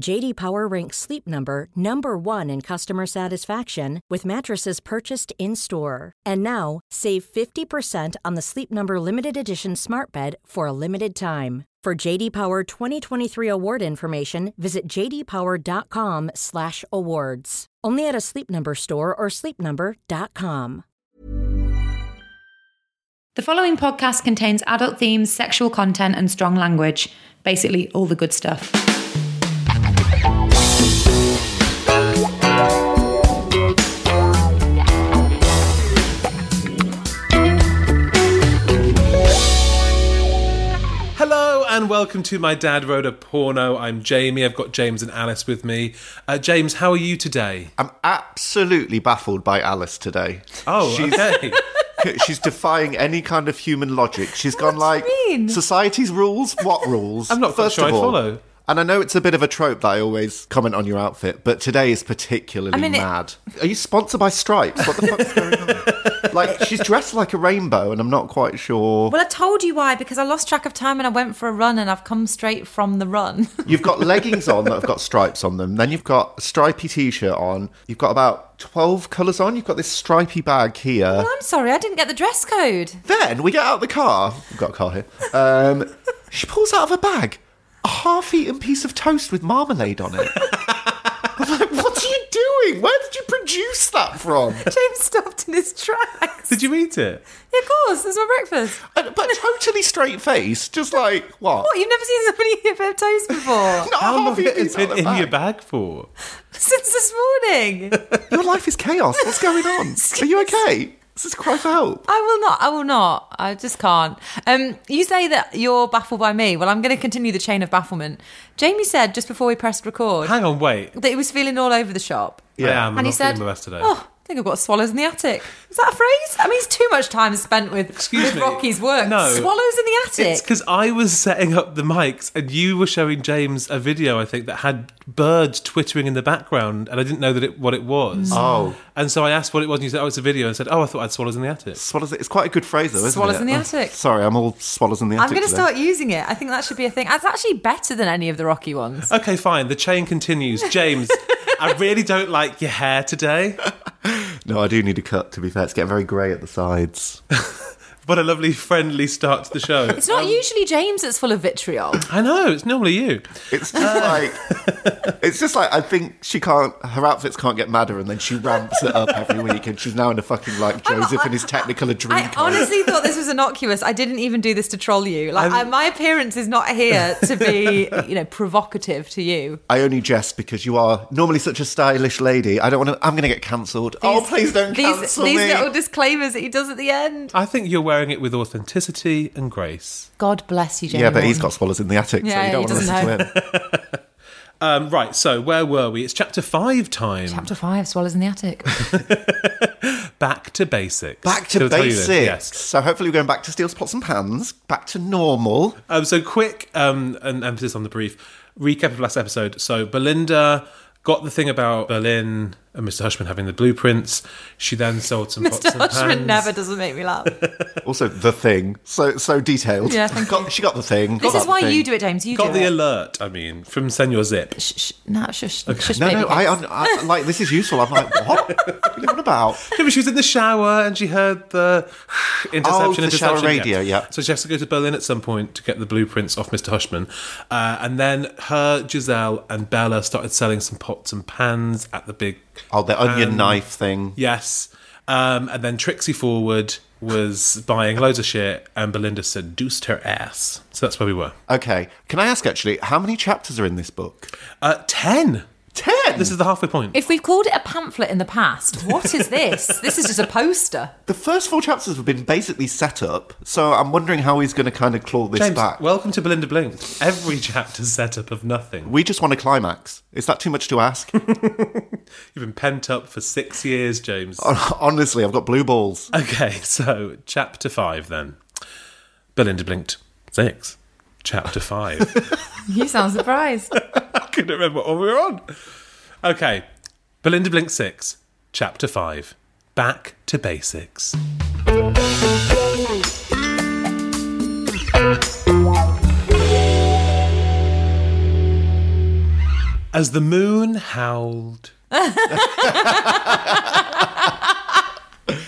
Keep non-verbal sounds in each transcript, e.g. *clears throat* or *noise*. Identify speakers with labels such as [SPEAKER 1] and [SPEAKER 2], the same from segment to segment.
[SPEAKER 1] JD Power ranks Sleep Number number 1 in customer satisfaction with mattresses purchased in-store. And now, save 50% on the Sleep Number limited edition Smart Bed for a limited time. For JD Power 2023 award information, visit jdpower.com/awards. Only at a Sleep Number store or sleepnumber.com.
[SPEAKER 2] The following podcast contains adult themes, sexual content, and strong language. Basically, all the good stuff.
[SPEAKER 3] Hello and welcome to My Dad Wrote a Porno. I'm Jamie. I've got James and Alice with me. Uh, James, how are you today?
[SPEAKER 4] I'm absolutely baffled by Alice today.
[SPEAKER 2] *laughs*
[SPEAKER 3] Oh,
[SPEAKER 4] she's,
[SPEAKER 3] okay. *laughs*
[SPEAKER 4] she's defying any kind of human logic. She's gone like
[SPEAKER 2] mean?
[SPEAKER 4] society's rules. What rules?
[SPEAKER 3] I'm not quite
[SPEAKER 4] First
[SPEAKER 3] sure
[SPEAKER 4] of
[SPEAKER 3] I
[SPEAKER 4] all,
[SPEAKER 3] follow.
[SPEAKER 4] And I know it's a bit of a trope that I always comment on your outfit, but today is particularly
[SPEAKER 2] I mean, it-
[SPEAKER 4] mad. Are you sponsored by Stripes? What the fuck's going
[SPEAKER 2] *laughs*
[SPEAKER 4] on? Like she's dressed like a rainbow, and I'm not quite sure.
[SPEAKER 5] Well, I told you why because I lost track of time and I went for a run and I've come straight from the run. *laughs*
[SPEAKER 4] You've got leggings on that have got stripes on them. Then you've got a stripy t-shirt on. You've got about twelve colours on. You've got this stripy bag here.
[SPEAKER 5] well, I'm sorry, I didn't get the dress code. *laughs*
[SPEAKER 4] Then we get out of the car. We've got a car here. Um, *laughs* she pulls out of a bag a half-eaten piece of toast with marmalade on it. I'm like, what are you doing? Where did you produce that from?
[SPEAKER 5] James stopped in his tracks.
[SPEAKER 3] Did you eat it?
[SPEAKER 5] Yeah, of course, that's my breakfast.
[SPEAKER 4] And- But totally straight face, just like what?
[SPEAKER 5] What, you've never seen somebody *laughs* eat a bit of toast
[SPEAKER 3] *laughs*
[SPEAKER 5] before?
[SPEAKER 4] Not a
[SPEAKER 3] How long has
[SPEAKER 4] half-eaten
[SPEAKER 3] it
[SPEAKER 4] piece out
[SPEAKER 3] been
[SPEAKER 4] of
[SPEAKER 3] in
[SPEAKER 4] a
[SPEAKER 3] your bag for?
[SPEAKER 5] Since this morning.
[SPEAKER 4] Your life is chaos. What's
[SPEAKER 5] *laughs*
[SPEAKER 4] going on? Are you okay? This is cry for help.
[SPEAKER 5] I will not. I will not. I just can't. Um, you say that you're baffled by me. Well, I'm going to continue the chain of bafflement. Jamie said just before we pressed record
[SPEAKER 3] Hang on, wait.
[SPEAKER 5] that he was feeling all over the shop.
[SPEAKER 3] I am. I'm
[SPEAKER 5] and
[SPEAKER 3] not
[SPEAKER 5] he said,
[SPEAKER 3] feeling my best today.
[SPEAKER 5] "Oh, I think I've got swallows in the attic." Is that a phrase? I mean, it's too much time spent with,
[SPEAKER 3] Excuse
[SPEAKER 5] with
[SPEAKER 3] me.
[SPEAKER 5] Rocky's work.
[SPEAKER 3] No.
[SPEAKER 5] swallows in the attic.
[SPEAKER 3] It's because I was setting up the mics and you were showing James a video, I think, that had birds twittering in the background and I didn't know that it, what it was.
[SPEAKER 4] Oh.
[SPEAKER 3] And so I asked what it was and you said, oh, it's a video. And I said, oh, I thought I'd swallows in the attic.
[SPEAKER 4] Swallows. It's quite a good phrase, though, isn't
[SPEAKER 5] Swallows
[SPEAKER 4] it?
[SPEAKER 5] in the
[SPEAKER 4] Oh,
[SPEAKER 5] attic.
[SPEAKER 4] sorry, I'm all swallows in the attic.
[SPEAKER 5] I'm going to
[SPEAKER 4] today.
[SPEAKER 5] start using it. I think that should be a thing. That's actually better than any of the Rocky ones.
[SPEAKER 3] Okay, fine. The chain continues. James, I really don't like your hair today.
[SPEAKER 4] No, I do need a cut. To be fair, it's getting very grey at the sides.
[SPEAKER 3] What a lovely, friendly start to the show.
[SPEAKER 5] It's
[SPEAKER 4] Um,
[SPEAKER 5] not usually James that's full of vitriol.
[SPEAKER 3] I know, it's normally you.
[SPEAKER 4] It's just
[SPEAKER 5] Ah.
[SPEAKER 4] like it's just like I think she can't her outfits can't get madder and then she ramps it up every week and she's now in a fucking like Joseph in his technical
[SPEAKER 5] I
[SPEAKER 4] adrenaline.
[SPEAKER 5] honestly thought this was innocuous. I didn't even do this to troll you. Like I, my appearance is not here to be, you know, provocative to you.
[SPEAKER 4] I only jest because you are normally such a stylish lady. I don't want to I'm going to get cancelled. Oh,
[SPEAKER 5] These-
[SPEAKER 4] please don't
[SPEAKER 5] these,
[SPEAKER 4] cancel
[SPEAKER 5] These
[SPEAKER 4] me.
[SPEAKER 5] little disclaimers that he does at the end.
[SPEAKER 3] I think you're wearing it with authenticity and grace.
[SPEAKER 5] God bless you, James.
[SPEAKER 4] yeah, but he's got swallows in the attic,
[SPEAKER 5] Yeah,
[SPEAKER 4] so you don't
[SPEAKER 5] he
[SPEAKER 4] want to listen
[SPEAKER 5] doesn't
[SPEAKER 4] to him.
[SPEAKER 3] Um, right, so where were we? It's chapter five time.
[SPEAKER 5] Chapter five, swallows in the *laughs* attic.
[SPEAKER 3] back to basics.
[SPEAKER 4] Back to
[SPEAKER 3] Did I tell you
[SPEAKER 4] basics.
[SPEAKER 3] this? Yes.
[SPEAKER 4] So hopefully we're going back to steals, pots and pans, back to normal.
[SPEAKER 3] Um, so quick um, an emphasis on the brief recap of last episode. So Belinda got the thing about Berlin and Mr. Hushman having the blueprints. She then sold some pots
[SPEAKER 5] Mr.
[SPEAKER 3] and
[SPEAKER 5] Hushman
[SPEAKER 3] pans.
[SPEAKER 5] never doesn't make me laugh.
[SPEAKER 4] Also the thing. So so detailed.
[SPEAKER 5] Yeah, thank
[SPEAKER 4] got, she got the thing.
[SPEAKER 5] This is why you do it, James. You
[SPEAKER 3] got
[SPEAKER 5] do
[SPEAKER 3] the
[SPEAKER 5] it.
[SPEAKER 3] alert. I mean, from Senor Zip.
[SPEAKER 5] shh, shh, no, shush, shush,
[SPEAKER 4] No,
[SPEAKER 5] baby
[SPEAKER 4] no, I,
[SPEAKER 5] cakes.
[SPEAKER 4] un- I like this is useful. I'm like, what? what are you on about?
[SPEAKER 3] Yeah, but she was in the shower and she heard the *sighs* interception.
[SPEAKER 4] Oh, the
[SPEAKER 3] interception.
[SPEAKER 4] shower radio, yeah.
[SPEAKER 3] So she has to go to Berlin at some point to get the blueprints off Mr. Hushman. Uh, and then her, Giselle, and Bella started selling some pots and pans at the big.
[SPEAKER 4] Oh, the onion knife thing.
[SPEAKER 3] Yes. Um, and then Trixie Forward was buying loads of shit, and Belinda seduced her ass. So that's where we were.
[SPEAKER 4] Okay. Can I ask actually, how many chapters are in this book?
[SPEAKER 3] Uh, ten.
[SPEAKER 4] Ten.
[SPEAKER 3] This is the halfway point.
[SPEAKER 5] If we've called it a pamphlet in the past, what is this? this is just a poster.
[SPEAKER 4] the first four chapters have been basically set up, so I'm wondering how he's going to kind of claw this
[SPEAKER 3] James,
[SPEAKER 4] back.
[SPEAKER 3] welcome to Belinda Blink. Every *laughs* chapter's setup of nothing.
[SPEAKER 4] we just want a climax. Is that too much to ask?
[SPEAKER 3] You've been pent up for six years, James.
[SPEAKER 4] Honestly, I've got blue balls.
[SPEAKER 3] Okay, *laughs* so chapter five then. Belinda blinked. Six. Chapter five.
[SPEAKER 5] *laughs* You sound surprised.
[SPEAKER 3] *laughs* I couldn't remember what one we were on. Okay, Belinda blinked six. Chapter five. Back to basics. As the moon howled,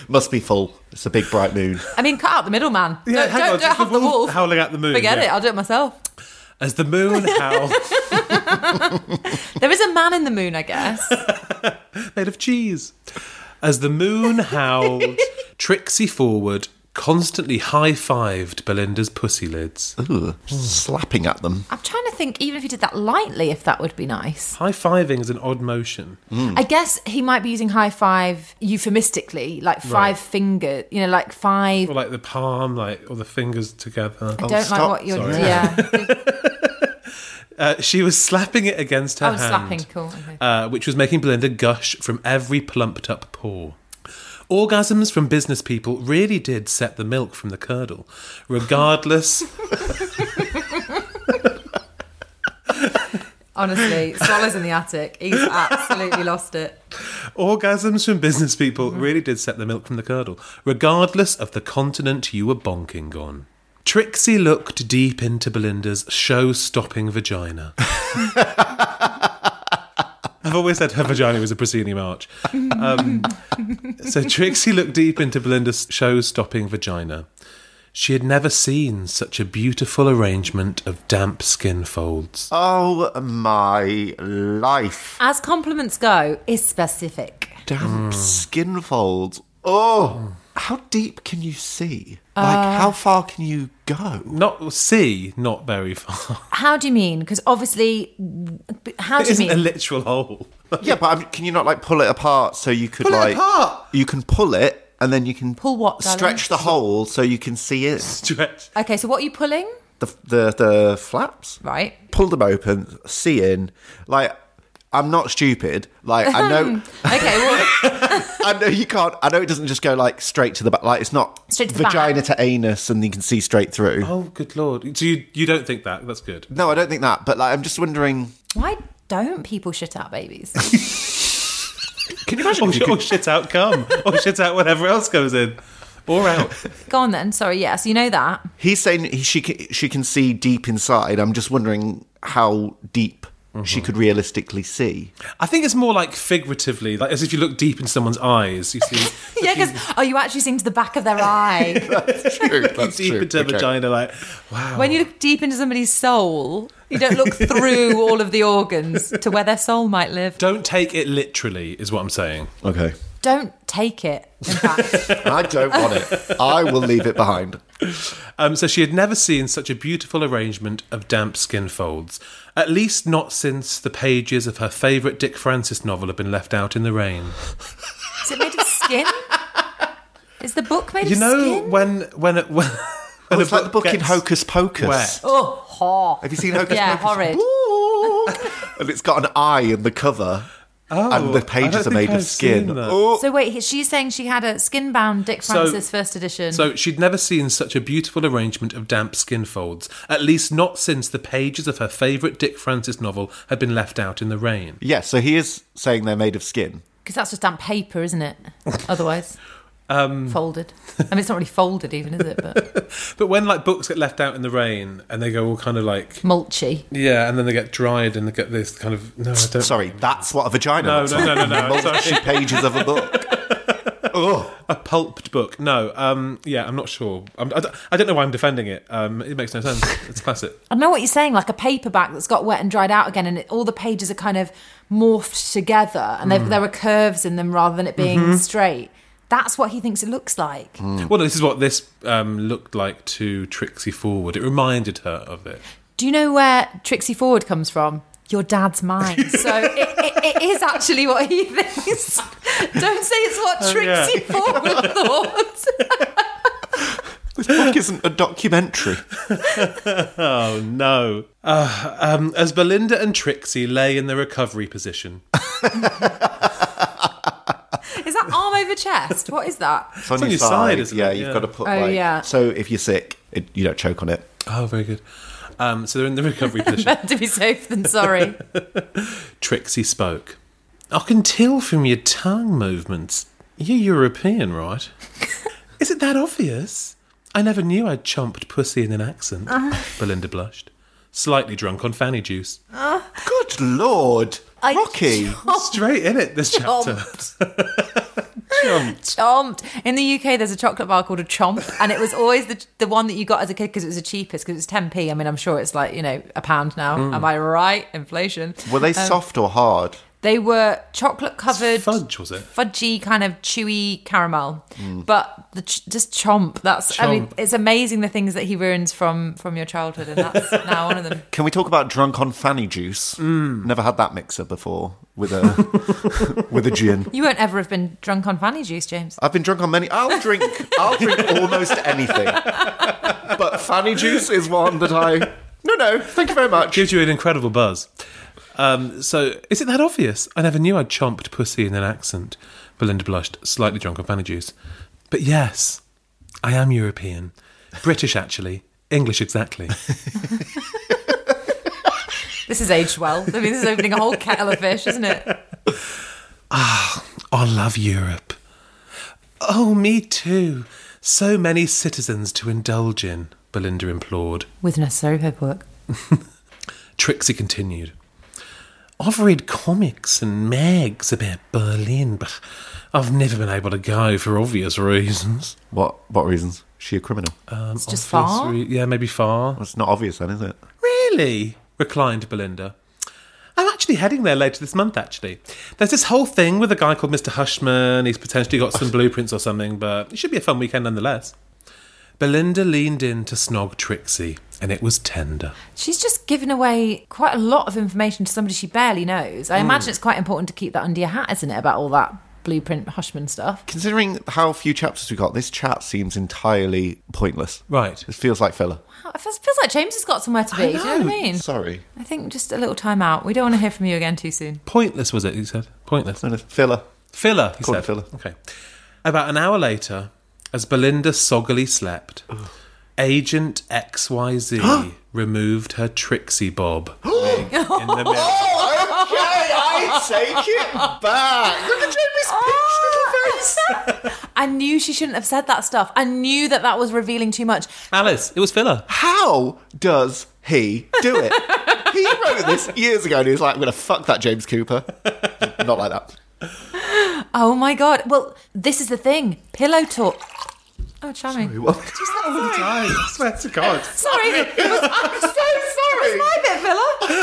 [SPEAKER 4] Must be full. It's a big bright moon.
[SPEAKER 5] I mean, cut out the middleman.
[SPEAKER 3] Yeah,
[SPEAKER 5] don't
[SPEAKER 3] hang
[SPEAKER 5] don't,
[SPEAKER 3] on,
[SPEAKER 5] don't
[SPEAKER 3] it's
[SPEAKER 5] have the wolf.
[SPEAKER 3] howling at the moon,
[SPEAKER 5] Forget
[SPEAKER 3] yeah.
[SPEAKER 5] it. I'll do it myself.
[SPEAKER 3] as the
[SPEAKER 5] *laughs*
[SPEAKER 3] moon howled,
[SPEAKER 5] There is a man in the moon, I guess. *laughs*
[SPEAKER 3] made of cheese. As the
[SPEAKER 5] *laughs*
[SPEAKER 3] moon howled, Trixie forward constantly high fived Belinda's pussy lids.
[SPEAKER 5] Mm.
[SPEAKER 4] Ooh, slapping at them.
[SPEAKER 5] I'm trying to think, even if he did that lightly, if that would be nice.
[SPEAKER 3] High fiving is an odd motion.
[SPEAKER 5] I guess he might be using high five euphemistically, like five finger, you know, like five.
[SPEAKER 3] Or like the palm, like, or the fingers together.
[SPEAKER 5] I don't
[SPEAKER 4] stop.
[SPEAKER 5] like what you're
[SPEAKER 3] Sorry.
[SPEAKER 5] doing. Yeah.
[SPEAKER 3] Uh, she was slapping it against her
[SPEAKER 5] I was
[SPEAKER 3] hand.
[SPEAKER 5] Oh, slapping. Cool. Okay.
[SPEAKER 3] uh, which was making Belinda gush from every plumped up paw. Orgasms from business people really did set the milk from the curdle,
[SPEAKER 5] *laughs*
[SPEAKER 3] regardless
[SPEAKER 5] Honestly, swallows in the attic. He's absolutely lost it.
[SPEAKER 3] Orgasms from business people
[SPEAKER 5] Mm-hmm.
[SPEAKER 3] really did set the milk from the curdle, regardless of the continent you were bonking on. Trixie looked deep into Belinda's show stopping vagina.
[SPEAKER 5] *laughs*
[SPEAKER 3] I've always said her vagina was a proscenium arch. Um, so Trixie looked deep into Belinda's show stopping vagina. She had never seen such a beautiful arrangement of damp skin folds.
[SPEAKER 4] Oh my life.
[SPEAKER 5] As compliments go, is specific.
[SPEAKER 4] Damn skin folds. Mm. Oh, how deep can you see?
[SPEAKER 5] Uh.
[SPEAKER 4] Like, how far can you go?
[SPEAKER 3] Not see, not very far.
[SPEAKER 5] How do you mean? Because obviously, how
[SPEAKER 3] It
[SPEAKER 5] do you
[SPEAKER 3] isn't
[SPEAKER 5] mean?
[SPEAKER 3] a literal hole.
[SPEAKER 4] Yeah, but um, can you not like pull it apart so you could
[SPEAKER 3] Pull it
[SPEAKER 4] like
[SPEAKER 3] apart?
[SPEAKER 4] you can pull it and then you can
[SPEAKER 5] Pull what, darling?
[SPEAKER 4] Stretch the hole so you can see it.
[SPEAKER 3] stretch.
[SPEAKER 5] okay, so what are you pulling?
[SPEAKER 4] The the the flaps.
[SPEAKER 5] Right.
[SPEAKER 4] Pull them open. See in. Like, I'm not stupid. Like, I
[SPEAKER 5] *laughs*
[SPEAKER 4] know.
[SPEAKER 5] Okay, well,
[SPEAKER 4] I know you can't. I know it doesn't just go like straight to the back. Like it's not
[SPEAKER 5] Straight to the
[SPEAKER 4] vagina to anus, and you can see straight through.
[SPEAKER 3] Oh, good lord! So you you don't think that? That's good.
[SPEAKER 4] No, I don't think that. But like, I'm just wondering.
[SPEAKER 5] why don't people shit out babies?
[SPEAKER 4] Can you imagine?
[SPEAKER 3] Or,
[SPEAKER 4] if you
[SPEAKER 3] or
[SPEAKER 4] could-
[SPEAKER 3] shit out *laughs* come, or shit out whatever else goes in, or out.
[SPEAKER 5] Go on then. Sorry, yeah, so you know
[SPEAKER 3] *laughs*
[SPEAKER 5] that.
[SPEAKER 4] he's saying he, she ca- she can see deep inside. I'm just wondering how deep she
[SPEAKER 3] Mm-hmm.
[SPEAKER 4] could realistically see.
[SPEAKER 3] I think it's more like figuratively, like as if you look deep in someone's eyes, you see
[SPEAKER 4] *laughs*
[SPEAKER 5] Yeah, because are you actually seeing to the back of
[SPEAKER 3] *laughs*
[SPEAKER 5] their eye?
[SPEAKER 3] deep into a vagina. Like, wow.
[SPEAKER 5] when you look deep into somebody's soul, you don't
[SPEAKER 3] *laughs*
[SPEAKER 5] look through all of the organs to where their soul might live.
[SPEAKER 3] don't take it literally, is what I'm saying.
[SPEAKER 4] Okay.
[SPEAKER 5] Don't take it, in
[SPEAKER 3] *laughs*
[SPEAKER 5] fact.
[SPEAKER 4] I don't want it. I will leave it behind.
[SPEAKER 3] Um, so she had never seen such a beautiful arrangement of damp skin folds, at least not since the pages of her favourite Dick Francis novel had been left out in the rain.
[SPEAKER 5] Is it made of skin? Is the book made
[SPEAKER 3] You
[SPEAKER 5] of
[SPEAKER 3] know
[SPEAKER 5] skin?
[SPEAKER 3] when when it, when, when
[SPEAKER 4] Oh, it's
[SPEAKER 3] a
[SPEAKER 4] like the book in
[SPEAKER 3] gets
[SPEAKER 4] Hocus Pocus.
[SPEAKER 3] wet.
[SPEAKER 5] Oh, ha.
[SPEAKER 4] Have you seen Hocus
[SPEAKER 5] Yeah,
[SPEAKER 4] Pocus?
[SPEAKER 5] horrid. *laughs*
[SPEAKER 4] horrid. and it's got an eye in the cover. and
[SPEAKER 3] Oh, I
[SPEAKER 4] the
[SPEAKER 3] don't
[SPEAKER 4] pages are
[SPEAKER 3] think
[SPEAKER 4] made
[SPEAKER 3] I've
[SPEAKER 4] of skin.
[SPEAKER 3] seen that.
[SPEAKER 4] Oh,
[SPEAKER 5] So wait, he- she's saying she had a skin-bound Dick Francis first edition.
[SPEAKER 3] So she'd never seen such a beautiful arrangement of damp skin folds, at least not since the pages of her favourite Dick Francis novel had been left out in the rain.
[SPEAKER 4] yeah. So he is saying they're made of skin.
[SPEAKER 5] Because that's just damp paper, isn't it? Otherwise, folded. I mean, it's not really folded, even, is it? But
[SPEAKER 3] But when like books get left out in the rain and they go all kind of like
[SPEAKER 5] mulchy.
[SPEAKER 3] yeah, and then they get dried and they get this kind of no, I don't.
[SPEAKER 4] Sorry, that's what a vagina.
[SPEAKER 3] No,
[SPEAKER 4] looks
[SPEAKER 3] no,
[SPEAKER 4] like.
[SPEAKER 3] no, no, no.
[SPEAKER 4] Multi
[SPEAKER 3] Sorry.
[SPEAKER 4] pages of
[SPEAKER 3] *laughs*
[SPEAKER 4] a book. Oh,
[SPEAKER 3] a pulped book. No, um, yeah, I'm not sure. I'm, I, don't, I don't know why I'm defending it. Um, it makes no sense. It's classic.
[SPEAKER 4] *laughs*
[SPEAKER 5] I know what you're saying, like a paperback that's got wet and dried out again, and it, all the pages are kind of morphed together, and they've there are curves in them rather than it being straight. that's what he thinks it looks like.
[SPEAKER 4] Hmm.
[SPEAKER 3] Well, this is what this um, looked like to Trixie Forward. It reminded her of it.
[SPEAKER 5] Do you know where Trixie Forward comes from? Your dad's mind. So it, it, it is actually what he thinks. *laughs* Don't say it's what
[SPEAKER 3] yeah.
[SPEAKER 5] Trixie Forward thought.
[SPEAKER 4] This book isn't a documentary.
[SPEAKER 3] Oh no! Uh, um, as Belinda and Trixie lay in the recovery position,
[SPEAKER 5] Is that arm over chest? What is that?
[SPEAKER 4] It's on,
[SPEAKER 3] on your side, isn't
[SPEAKER 4] yeah,
[SPEAKER 3] it?
[SPEAKER 4] you've
[SPEAKER 3] Yeah.
[SPEAKER 4] got to put.
[SPEAKER 5] Oh,
[SPEAKER 4] like,
[SPEAKER 5] yeah.
[SPEAKER 4] So if you're sick, it, you don't choke on it.
[SPEAKER 3] *laughs* oh, very good. Um, so they're in the recovery *laughs* position.
[SPEAKER 5] Better to be safe than sorry.
[SPEAKER 3] Trixie spoke. I can tell from your tongue movements. You're European, *laughs* right? is it that obvious? I never knew I'd chomped pussy in an accent. Belinda blushed, slightly drunk on fanny juice.
[SPEAKER 4] Good lord,
[SPEAKER 5] I- *laughs*
[SPEAKER 4] Rocky.
[SPEAKER 3] Straight in it *laughs* this chapter. Chomped.
[SPEAKER 5] Chomped. In the UK, there's a chocolate bar called a chomp, and it was always the, the one that you got as a kid because it was the cheapest, because it was 10p. I mean, I'm sure it's like, you know, a pound now. Am I right? Inflation.
[SPEAKER 4] Were they soft or hard?
[SPEAKER 5] They were chocolate covered.
[SPEAKER 3] Fudge was it? Mm.
[SPEAKER 5] fudgy kind of chewy caramel but the ch- just chomp that's i mean
[SPEAKER 3] Chomp.
[SPEAKER 5] it's amazing the things that he ruins from from your childhood and
[SPEAKER 3] *laughs*
[SPEAKER 5] that's now one of them
[SPEAKER 4] Can we talk about drunk on fanny juice? Never had that mixer before with a with a *laughs* gin.
[SPEAKER 5] you won't ever have been drunk on fanny juice james
[SPEAKER 4] I've been drunk on many. I'll drink. I'll drink *laughs* almost anything, but fanny juice is one that I. No, no. Thank you very much.
[SPEAKER 3] Gives you an incredible buzz. Um, so, is it that obvious? I never knew I'd chomped pussy in an accent. Belinda blushed, slightly drunk on fanny juice. But yes, I am European. British, actually. English, exactly.
[SPEAKER 5] this is aged well i mean this is opening a whole kettle of fish isn't it
[SPEAKER 3] *laughs* I love Europe. Oh, me too. So many citizens to indulge in, Belinda implored.
[SPEAKER 5] with necessary paperwork
[SPEAKER 3] Trixie continued. I've read comics and mags about Berlin, but I've never been able to go for obvious reasons.
[SPEAKER 4] What? What reasons? she a criminal?
[SPEAKER 5] it's just
[SPEAKER 3] Obvious
[SPEAKER 5] far
[SPEAKER 3] re- yeah, maybe far.
[SPEAKER 4] That's not obvious, then, is it?
[SPEAKER 3] Really? reclined Belinda. I'm actually heading there later this month, actually. There's this whole thing with a guy called Mr. Hushman. He's potentially got some blueprints or something, but it should be a fun weekend nonetheless. Belinda leaned in to snog Trixie, and it was tender.
[SPEAKER 5] she's just given away quite a lot of information to somebody she barely knows
[SPEAKER 3] Mm.
[SPEAKER 5] i imagine it's quite important to keep that under your hat isn't it about all that blueprint hushman stuff
[SPEAKER 4] Considering how few chapters we got, this chat seems entirely pointless.
[SPEAKER 3] Right.
[SPEAKER 4] It feels like filler.
[SPEAKER 5] it feels feels like james has got somewhere to be do you know what i mean
[SPEAKER 4] Sorry.
[SPEAKER 5] I think just a little time out. We don't want to hear from you again too
[SPEAKER 4] *laughs*
[SPEAKER 5] soon.
[SPEAKER 3] Pointless, was it, he said? Pointless.
[SPEAKER 4] No, no, Filler.
[SPEAKER 3] Filler, he
[SPEAKER 4] Called
[SPEAKER 3] said.
[SPEAKER 4] it filler.
[SPEAKER 3] Okay. About an hour later, as Belinda soggily slept, Agent *gasps* XYZ removed her Trixie Bob wig *gasps* in the mirror.
[SPEAKER 5] *laughs*
[SPEAKER 4] Okay, I take it back. Look at Jamie's
[SPEAKER 5] I knew she shouldn't have said that stuff. I knew that that was revealing too much.
[SPEAKER 3] Alice, it was filler.
[SPEAKER 4] How does he do it? he wrote this years ago and he was like, I'm going to fuck that James Cooper. Not like that.
[SPEAKER 5] Oh my god. Well, this is the thing. Pillow talk. Oh, charming. Sorry.
[SPEAKER 4] What?
[SPEAKER 3] I swear
[SPEAKER 5] *laughs*
[SPEAKER 3] to God.
[SPEAKER 4] *laughs*
[SPEAKER 5] it was- I'm so sorry. It's my bit,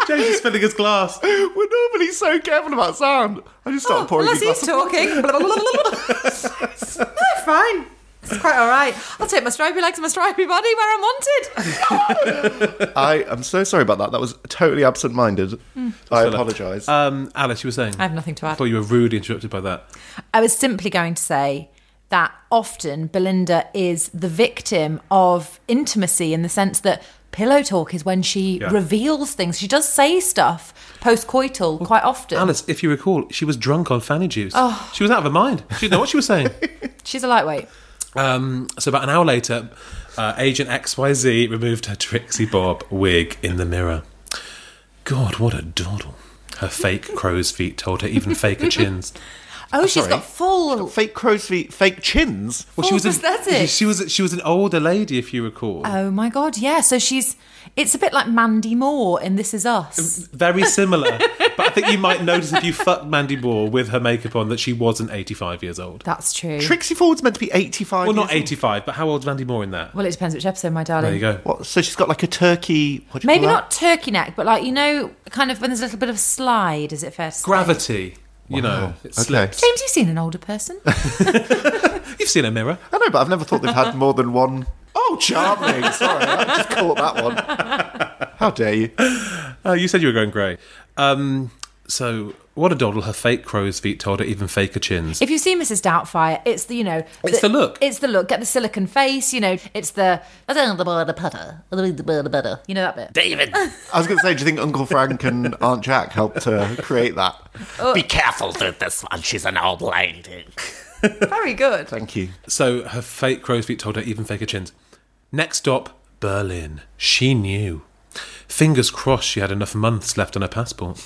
[SPEAKER 5] Villa.
[SPEAKER 3] James is filling his glass.
[SPEAKER 4] We're normally so careful about sound. I just started pouring
[SPEAKER 5] Unless
[SPEAKER 4] you
[SPEAKER 5] he's
[SPEAKER 4] glasses.
[SPEAKER 5] talking.
[SPEAKER 4] *laughs*
[SPEAKER 5] *laughs* no, fine. It's quite all right. I'll take my stripy legs and my stripy body where I'm wanted.
[SPEAKER 4] I am so sorry about that. That was totally absent-minded.
[SPEAKER 5] Hmm.
[SPEAKER 4] I apologise.
[SPEAKER 3] Um, Alice, you were saying.
[SPEAKER 5] I have nothing to
[SPEAKER 3] I
[SPEAKER 5] add.
[SPEAKER 3] thought you were rudely interrupted by that.
[SPEAKER 5] I was simply going to say that often Belinda is the victim of intimacy in the sense that pillow talk is when she
[SPEAKER 3] Yeah.
[SPEAKER 5] reveals things. She does say stuff post coital quite often.
[SPEAKER 3] Alice, if you recall, she was drunk on fanny juice.
[SPEAKER 5] Oh.
[SPEAKER 3] She was out of her mind. She didn't know what she was *laughs* saying.
[SPEAKER 5] She's a lightweight.
[SPEAKER 3] Um, so about an hour later, uh, Agent XYZ removed her Trixie Bob wig in the mirror. God, what a doddle. Her fake crow's feet told her even faker chins.
[SPEAKER 5] Oh, she's got full.
[SPEAKER 4] fake crow's feet, fake chins.
[SPEAKER 3] Well, she
[SPEAKER 5] Full
[SPEAKER 3] was An,
[SPEAKER 5] prosthetics.
[SPEAKER 3] she was she was an older lady, if you recall.
[SPEAKER 5] Oh my god, yeah. So she's. It's a bit like Mandy Moore in This Is Us.
[SPEAKER 3] Very similar. but I think you might notice if you fucked Mandy Moore with her makeup on that she wasn't 85 years old.
[SPEAKER 5] That's true.
[SPEAKER 4] Trixie Ford's meant to be 85
[SPEAKER 3] Well, not
[SPEAKER 4] years old.
[SPEAKER 3] 85, but how old's Mandy Moore in that?
[SPEAKER 5] Well, it depends which episode, my darling.
[SPEAKER 3] There you go.
[SPEAKER 4] What, so she's got like a turkey... What do you
[SPEAKER 5] Maybe
[SPEAKER 4] call
[SPEAKER 5] not
[SPEAKER 4] that?
[SPEAKER 5] turkey neck, but like, you know, kind of when there's a little bit of slide, is it fair to say?
[SPEAKER 3] Gravity. You know, it
[SPEAKER 4] Oh, Okay.
[SPEAKER 3] slipped.
[SPEAKER 5] James, you've seen an older person.
[SPEAKER 3] You've seen a mirror.
[SPEAKER 4] I know, but I've never thought they've had more than one. Oh,
[SPEAKER 5] *laughs*
[SPEAKER 4] charming! Sorry, I just caught that one. How dare you?
[SPEAKER 3] Uh, you said you were going grey. Um, so, what a doddle. Her fake crow's feet told her even faker chins.
[SPEAKER 5] If you see Mrs. Doubtfire, it's the you know,
[SPEAKER 3] It's the look.
[SPEAKER 5] It's the look. Get the silicon face. You know, it's the You know that bit.
[SPEAKER 3] David!
[SPEAKER 4] I was going to say, do you think Uncle Frank and Aunt Jack helped to create that?
[SPEAKER 6] Be careful with this one. She's an old lady.
[SPEAKER 5] Very good.
[SPEAKER 4] Thank you.
[SPEAKER 3] so, her fake crow's feet told her even faker chins. Next stop, Berlin. She knew. Fingers crossed she had enough months left on her passport.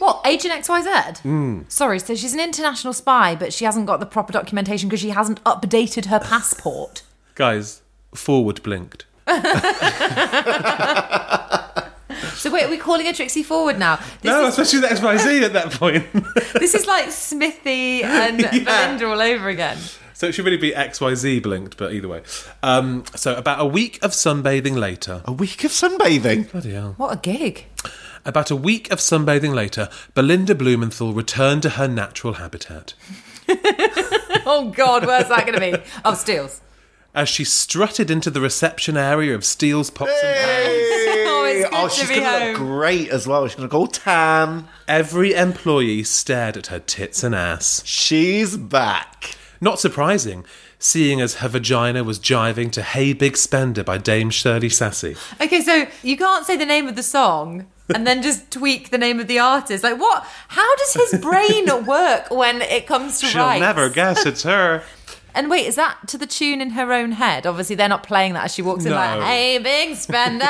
[SPEAKER 5] What agent X Y Z? Sorry, so she's an international spy, but she hasn't got the proper documentation because she hasn't updated her passport.
[SPEAKER 3] Guys, forward blinked.
[SPEAKER 5] So wait, are we calling her Trixie Forward now? This
[SPEAKER 3] No,
[SPEAKER 5] is
[SPEAKER 3] especially
[SPEAKER 5] *laughs*
[SPEAKER 3] the XYZ at that point.
[SPEAKER 5] this is like Smithy and Belinda all over again.
[SPEAKER 3] so it should really be XYZ blinked, but either way. Um, so about a week of sunbathing later.
[SPEAKER 5] Oh.
[SPEAKER 4] A week of sunbathing.
[SPEAKER 3] Bloody hell.
[SPEAKER 5] What a gig!
[SPEAKER 3] About a week of sunbathing later, Belinda Blumenthal returned to her natural habitat.
[SPEAKER 5] Oh God, where's that going to be? Oh, Steels.
[SPEAKER 3] As she strutted into the reception area of Steele's Pots and Pans,
[SPEAKER 5] Oh, it's good
[SPEAKER 4] oh,
[SPEAKER 5] to
[SPEAKER 4] she's
[SPEAKER 5] be
[SPEAKER 4] gonna look
[SPEAKER 5] home.
[SPEAKER 4] great as well. She's going to go all tan.
[SPEAKER 3] every employee stared at her tits and ass.
[SPEAKER 4] She's back.
[SPEAKER 3] Not surprising, seeing as her vagina was jiving to Hey Big Spender by Dame Shirley Sassy.
[SPEAKER 5] Okay, so you can't say the name of the song and then just tweak the name of the artist. Like, what? How does
[SPEAKER 3] *laughs*
[SPEAKER 5] his brain work when it comes to
[SPEAKER 3] She'll
[SPEAKER 5] rights?
[SPEAKER 3] never guess it's her.
[SPEAKER 5] And wait, is that to the tune in her own head? Obviously, they're not playing that as she walks in,
[SPEAKER 3] No.
[SPEAKER 5] like, hey, big
[SPEAKER 3] *laughs*
[SPEAKER 5] spender.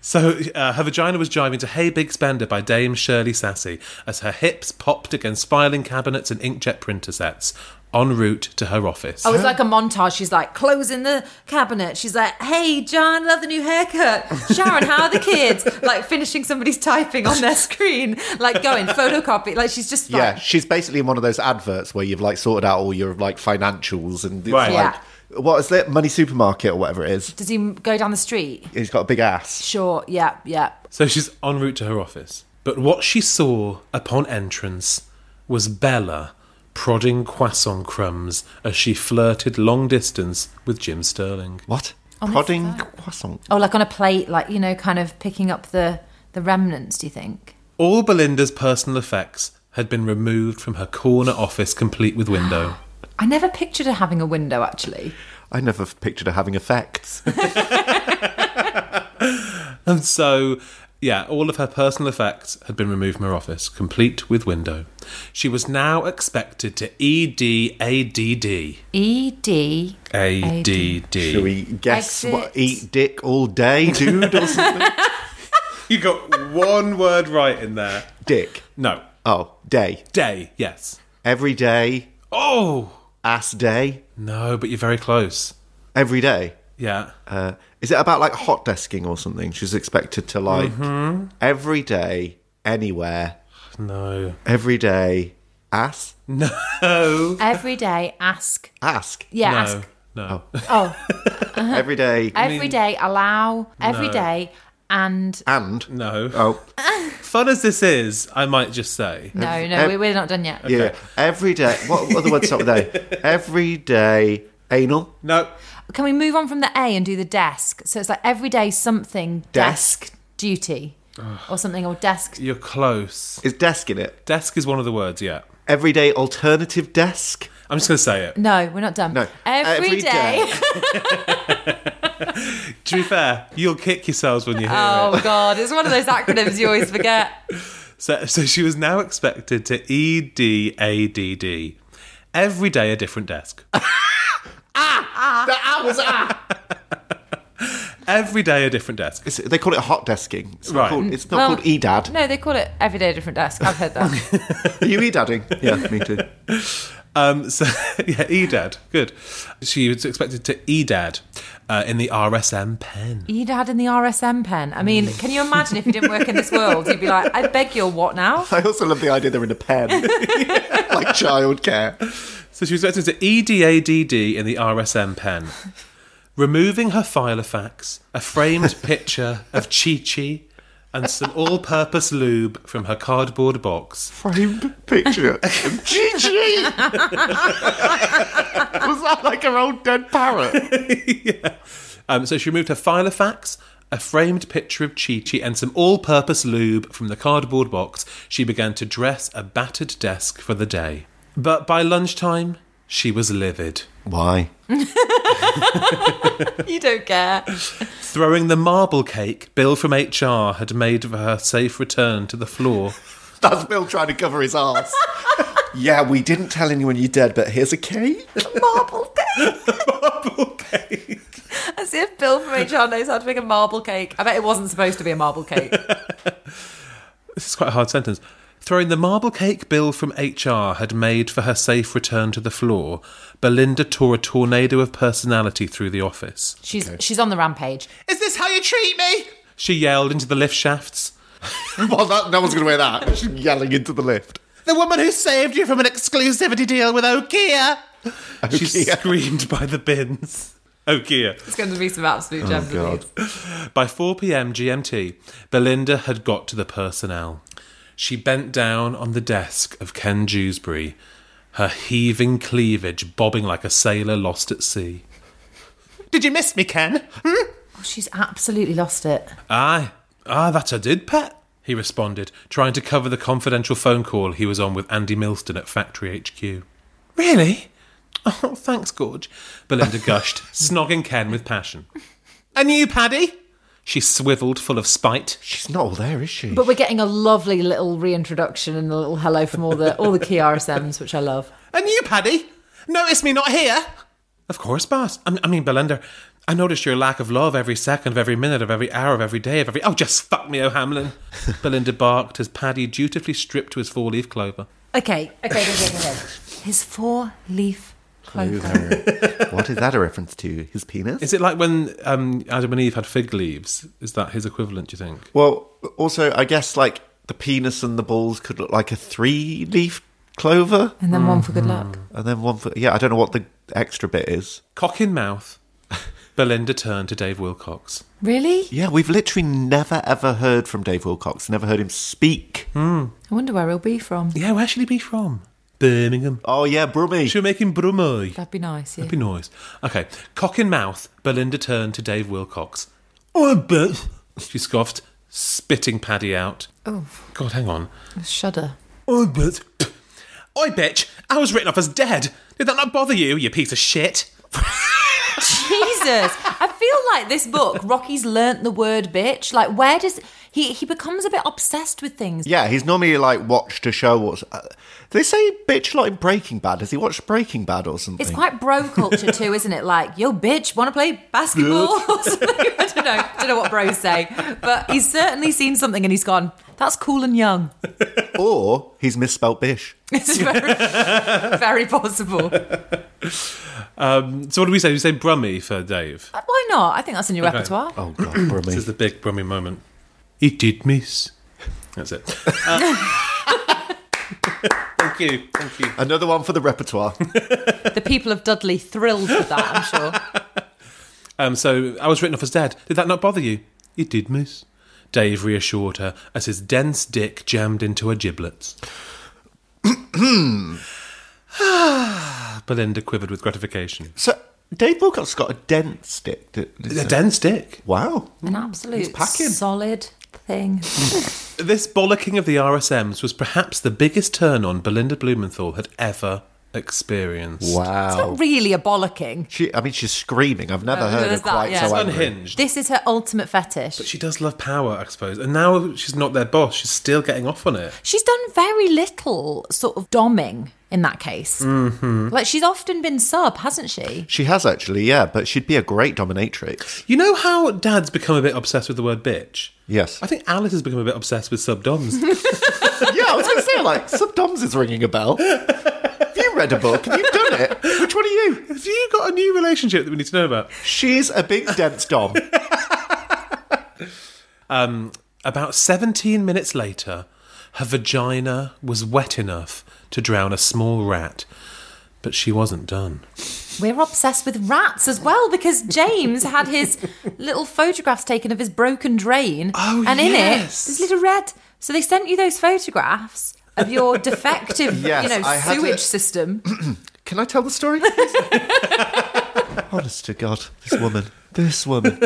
[SPEAKER 3] So uh, her vagina was jiving to Hey Big Spender by Dame Shirley Sassy as her hips popped against filing cabinets and inkjet printer sets en route to her office.
[SPEAKER 5] oh, it's like a montage. She's like, closing the cabinet. She's like, hey, John, love the new haircut. Sharon, how are the
[SPEAKER 3] *laughs*
[SPEAKER 5] kids? Like, finishing somebody's typing on their screen, like, going photocopy. Like, she's just like,
[SPEAKER 4] Yeah, she's basically in one of those adverts where you've like sorted out all your like financials and it's
[SPEAKER 3] Right.
[SPEAKER 4] like what is it? Money supermarket or whatever it is.
[SPEAKER 5] does he go down the street?
[SPEAKER 4] He's got a big ass.
[SPEAKER 5] Sure, yeah, yeah.
[SPEAKER 3] So she's en route to her office. But what she saw upon entrance was Bella prodding croissant crumbs as she flirted long distance with Jim Sterling.
[SPEAKER 4] What? Prodding croissant.
[SPEAKER 5] Oh, like on a plate, like you know, kind of picking up the the remnants. Do you think?
[SPEAKER 3] All Belinda's personal effects had been removed from her corner office, complete with window.
[SPEAKER 5] I never pictured her having a window. Actually,
[SPEAKER 4] I never pictured her having effects.
[SPEAKER 3] And so, yeah, all of her personal effects had been removed from her office, complete with window. She was now expected to E EDADD.
[SPEAKER 5] E D.
[SPEAKER 4] Do
[SPEAKER 3] ADD.
[SPEAKER 4] we guess
[SPEAKER 5] Exit.
[SPEAKER 4] what? Eat dick all day, dude, or something?
[SPEAKER 3] You got one word right in there.
[SPEAKER 4] dick.
[SPEAKER 3] No.
[SPEAKER 4] Oh, day.
[SPEAKER 3] Day, yes.
[SPEAKER 4] Every day.
[SPEAKER 3] Oh!
[SPEAKER 4] Ass day.
[SPEAKER 3] No, but you're very close.
[SPEAKER 4] Every day.
[SPEAKER 3] Yeah.
[SPEAKER 4] Uh, is it about like hot desking or something? She's expected to like every day, anywhere,
[SPEAKER 3] No.
[SPEAKER 4] every day. Ass.
[SPEAKER 3] No.
[SPEAKER 5] Every day, ask.
[SPEAKER 4] Ask.
[SPEAKER 5] Yeah,
[SPEAKER 3] No.
[SPEAKER 5] ask.
[SPEAKER 3] No.
[SPEAKER 5] Oh,
[SPEAKER 4] Every day.
[SPEAKER 5] every day, allow. every day, and
[SPEAKER 4] And.
[SPEAKER 3] No.
[SPEAKER 4] Oh,
[SPEAKER 3] Fun as this is, I might just say.
[SPEAKER 5] no, no,
[SPEAKER 4] ev-
[SPEAKER 5] we, we're not done yet.
[SPEAKER 4] yeah. Every day. What other words start with A? Every day. Anal.
[SPEAKER 3] No.
[SPEAKER 5] Can we move on from the A and do the desk? So it's like every day something
[SPEAKER 4] Desk.
[SPEAKER 5] duty or something or desk.
[SPEAKER 3] You're close.
[SPEAKER 4] Is desk in it?
[SPEAKER 3] Desk is one of the words, yeah.
[SPEAKER 4] Every day alternative desk.
[SPEAKER 3] I'm just going to say it.
[SPEAKER 5] No, we're not done.
[SPEAKER 4] No.
[SPEAKER 5] every day.
[SPEAKER 3] To be fair, you'll kick yourselves when you hear it.
[SPEAKER 5] *laughs* Oh God, it's one of those acronyms you always forget.
[SPEAKER 3] So, so she was now expected to E EDADD. Every day a different desk.
[SPEAKER 4] That was *laughs* ah.
[SPEAKER 3] Every day a different desk.
[SPEAKER 4] It's- they call it hot desking. It's
[SPEAKER 3] Right.
[SPEAKER 4] not called, it's not
[SPEAKER 5] Well,
[SPEAKER 4] called EDAD.
[SPEAKER 5] No, they call it every day a different desk. I've heard that.
[SPEAKER 4] Are you EDADing? *laughs* Yeah, me too.
[SPEAKER 3] Um, so *laughs* yeah, EDAD. Good. She was expected to E EDAD uh, in the RSM pen.
[SPEAKER 5] You'd had in the RSM pen. I mean, can you imagine if you didn't work in this world? You'd be like, I beg your what now?
[SPEAKER 4] I also love the idea they're in a pen. like childcare.
[SPEAKER 3] So she was expected to E EDADD in the RSM pen. Removing her file of facts, a framed picture of Chi Chi, and some all purpose lube from her cardboard box.
[SPEAKER 4] Framed picture of *laughs* Gigi! Was that like her old dead parrot?
[SPEAKER 3] Um, so she removed her filofax, a framed picture of Chi Chi, and some all purpose lube from the cardboard box. She began to dress a battered desk for the day. But by lunchtime, she was livid.
[SPEAKER 4] Why?
[SPEAKER 5] You don't care.
[SPEAKER 3] Throwing the marble cake Bill from HR had made for her safe return to the floor.
[SPEAKER 4] That's Bill trying to cover his arse. *laughs* yeah, we didn't tell anyone you're dead, but here's a cake.
[SPEAKER 5] Marble cake.
[SPEAKER 3] marble cake!
[SPEAKER 5] As if Bill from HR knows how to make a marble cake. I bet it wasn't supposed to be a marble cake.
[SPEAKER 3] This is quite a hard sentence. Throwing the marble cake Bill from HR had made for her safe return to the floor, Belinda tore a tornado of personality through the office.
[SPEAKER 5] She's she's on the rampage.
[SPEAKER 4] Is this how you treat me?
[SPEAKER 3] She yelled into the lift shafts.
[SPEAKER 4] Well, that, no one's going to wear that. She's yelling into the lift.
[SPEAKER 3] The woman who saved you from an exclusivity deal with Okia. She
[SPEAKER 4] Okia.
[SPEAKER 3] screamed by the bins. Okia.
[SPEAKER 5] It's going to be some absolute gems. in
[SPEAKER 4] God.
[SPEAKER 5] these.
[SPEAKER 3] By 4 pm GMT, Belinda had got to the personnel. She bent down on the desk of Ken Dewsbury, her heaving cleavage bobbing like a sailor lost at sea. Did you miss me, Ken? Hmm?
[SPEAKER 5] Oh, she's absolutely lost it.
[SPEAKER 3] Aye, aye, that I did, pet, he responded, trying to cover the confidential phone call he was on with Andy Milston at Factory HQ. Really? Oh, thanks, Gorge. Belinda *laughs* gushed, snogging Ken with passion. And you, Paddy? She swiveled full of spite.
[SPEAKER 4] She's not all there, is she?
[SPEAKER 5] But we're getting a lovely little reintroduction and a little hello from all the all the key RSMs, which I love.
[SPEAKER 3] And you, Paddy? Notice me not here? Of course, boss. I, I mean, Belinda, I noticed your lack of love every second of every minute of every hour of every day of every. Oh, just fuck me, *laughs* O'Hamlin. Belinda barked as Paddy dutifully stripped to his four leaf clover.
[SPEAKER 5] Okay, okay, okay, okay. okay. His four leaf clover.
[SPEAKER 4] what is that a reference to? His penis?
[SPEAKER 3] Is it like when um, Adam and Eve had fig leaves? Is that his equivalent, do you think?
[SPEAKER 4] Well, also, I guess like the penis and the balls could look like a three-leaf clover,
[SPEAKER 5] And then one for good luck.
[SPEAKER 4] and then one for yeah. I don't know what the extra bit is.
[SPEAKER 3] Cock in mouth, *laughs* Belinda turned to Dave Wilcox.
[SPEAKER 5] Really?
[SPEAKER 4] Yeah, we've literally never ever heard from Dave Wilcox. Never heard him speak.
[SPEAKER 5] I wonder where he'll be from.
[SPEAKER 3] Yeah, where should he be from? Birmingham.
[SPEAKER 4] Oh yeah, Brummy.
[SPEAKER 3] Should we make him Brummie?
[SPEAKER 5] That'd be nice. Yeah.
[SPEAKER 3] That'd be nice. Okay. Cock in mouth, Belinda turned to Dave Wilcox. Oh, I bet. She scoffed, spitting Paddy out.
[SPEAKER 5] Oh,
[SPEAKER 3] God, hang on.
[SPEAKER 5] a shudder.
[SPEAKER 3] I bet. I bitch. I was written off as dead. Did that not bother you, you piece of shit?
[SPEAKER 5] Jesus, I feel like this book, Rocky's learnt the word bitch. Like, where does he? He becomes a bit obsessed with things.
[SPEAKER 4] Yeah, he's normally like watched a show. Or, uh, they say bitch a lot in Breaking Bad. Has he watched Breaking Bad or something?
[SPEAKER 5] It's quite bro culture too, isn't it? Like, yo, bitch, want to play basketball? Or something. *laughs* I don't know. don't know what bros say, but he's certainly seen something and he's gone. That's cool and young. *laughs*
[SPEAKER 4] or he's misspelt bish.
[SPEAKER 5] It's very, very possible.
[SPEAKER 3] So what do we say? Do we say Brummy for Dave?
[SPEAKER 5] Why not? I think that's in your repertoire.
[SPEAKER 4] *laughs* Oh god,
[SPEAKER 3] This is
[SPEAKER 4] Brummy.
[SPEAKER 3] the big Brummy moment. He did miss. That's it. Uh, *laughs* thank you. Thank you.
[SPEAKER 4] Another one for the *laughs* repertoire.
[SPEAKER 5] The people of Dudley thrilled with that. I'm sure.
[SPEAKER 3] Um, so I was written off as dead. Did that not bother you? It did, miss. Dave reassured her as his dense dick jammed into her giblets. *clears throat* Belinda quivered with gratification.
[SPEAKER 4] so Dave Wilcox got a dent stick. did- did-
[SPEAKER 3] A dense dick?
[SPEAKER 4] wow.
[SPEAKER 5] An absolute
[SPEAKER 4] packing.
[SPEAKER 5] solid thing.
[SPEAKER 3] This bollocking of the RSMs was perhaps the biggest turn on Belinda Blumenthal had ever experienced.
[SPEAKER 4] Wow.
[SPEAKER 5] Not really a bollocking.
[SPEAKER 4] She, I mean, she's screaming. I've never
[SPEAKER 5] Oh,
[SPEAKER 4] heard her
[SPEAKER 5] there's that,
[SPEAKER 4] quite
[SPEAKER 5] yeah.
[SPEAKER 4] so angry.
[SPEAKER 3] Unhinged.
[SPEAKER 5] This is her ultimate fetish.
[SPEAKER 3] She does love power, I suppose. And now she's not their boss, she's still getting off on it.
[SPEAKER 5] She's done very little sort of doming in that case.
[SPEAKER 4] Mm-hmm.
[SPEAKER 5] Like she's often been sub, hasn't she?
[SPEAKER 4] She has actually, yeah, but she'd be a great dominatrix.
[SPEAKER 3] You know how dads become a bit obsessed with the word bitch?
[SPEAKER 4] Yes.
[SPEAKER 3] I think Alice has become a bit obsessed with subdoms. *laughs*
[SPEAKER 4] yeah, I was going to say, like, subdoms is ringing a bell. Have you read a book? Have you done it? Which one are you?
[SPEAKER 3] Have you got a new relationship that we need to know about?
[SPEAKER 4] She's a big, dense dom.
[SPEAKER 3] About 17 minutes later, her vagina was wet enough to drown a small rat, but she wasn't done.
[SPEAKER 5] We're obsessed with rats as well because James had
[SPEAKER 4] *laughs*
[SPEAKER 5] his little photographs taken of his broken drain.
[SPEAKER 3] Oh,
[SPEAKER 5] and in
[SPEAKER 3] yes.
[SPEAKER 5] it, there's little red. So they sent you those photographs of your defective,
[SPEAKER 4] Yes,
[SPEAKER 5] you know,
[SPEAKER 4] I had
[SPEAKER 5] sewage
[SPEAKER 4] to- *laughs*
[SPEAKER 5] system.
[SPEAKER 4] Can I tell the story? please? Honest to God, this woman. This woman.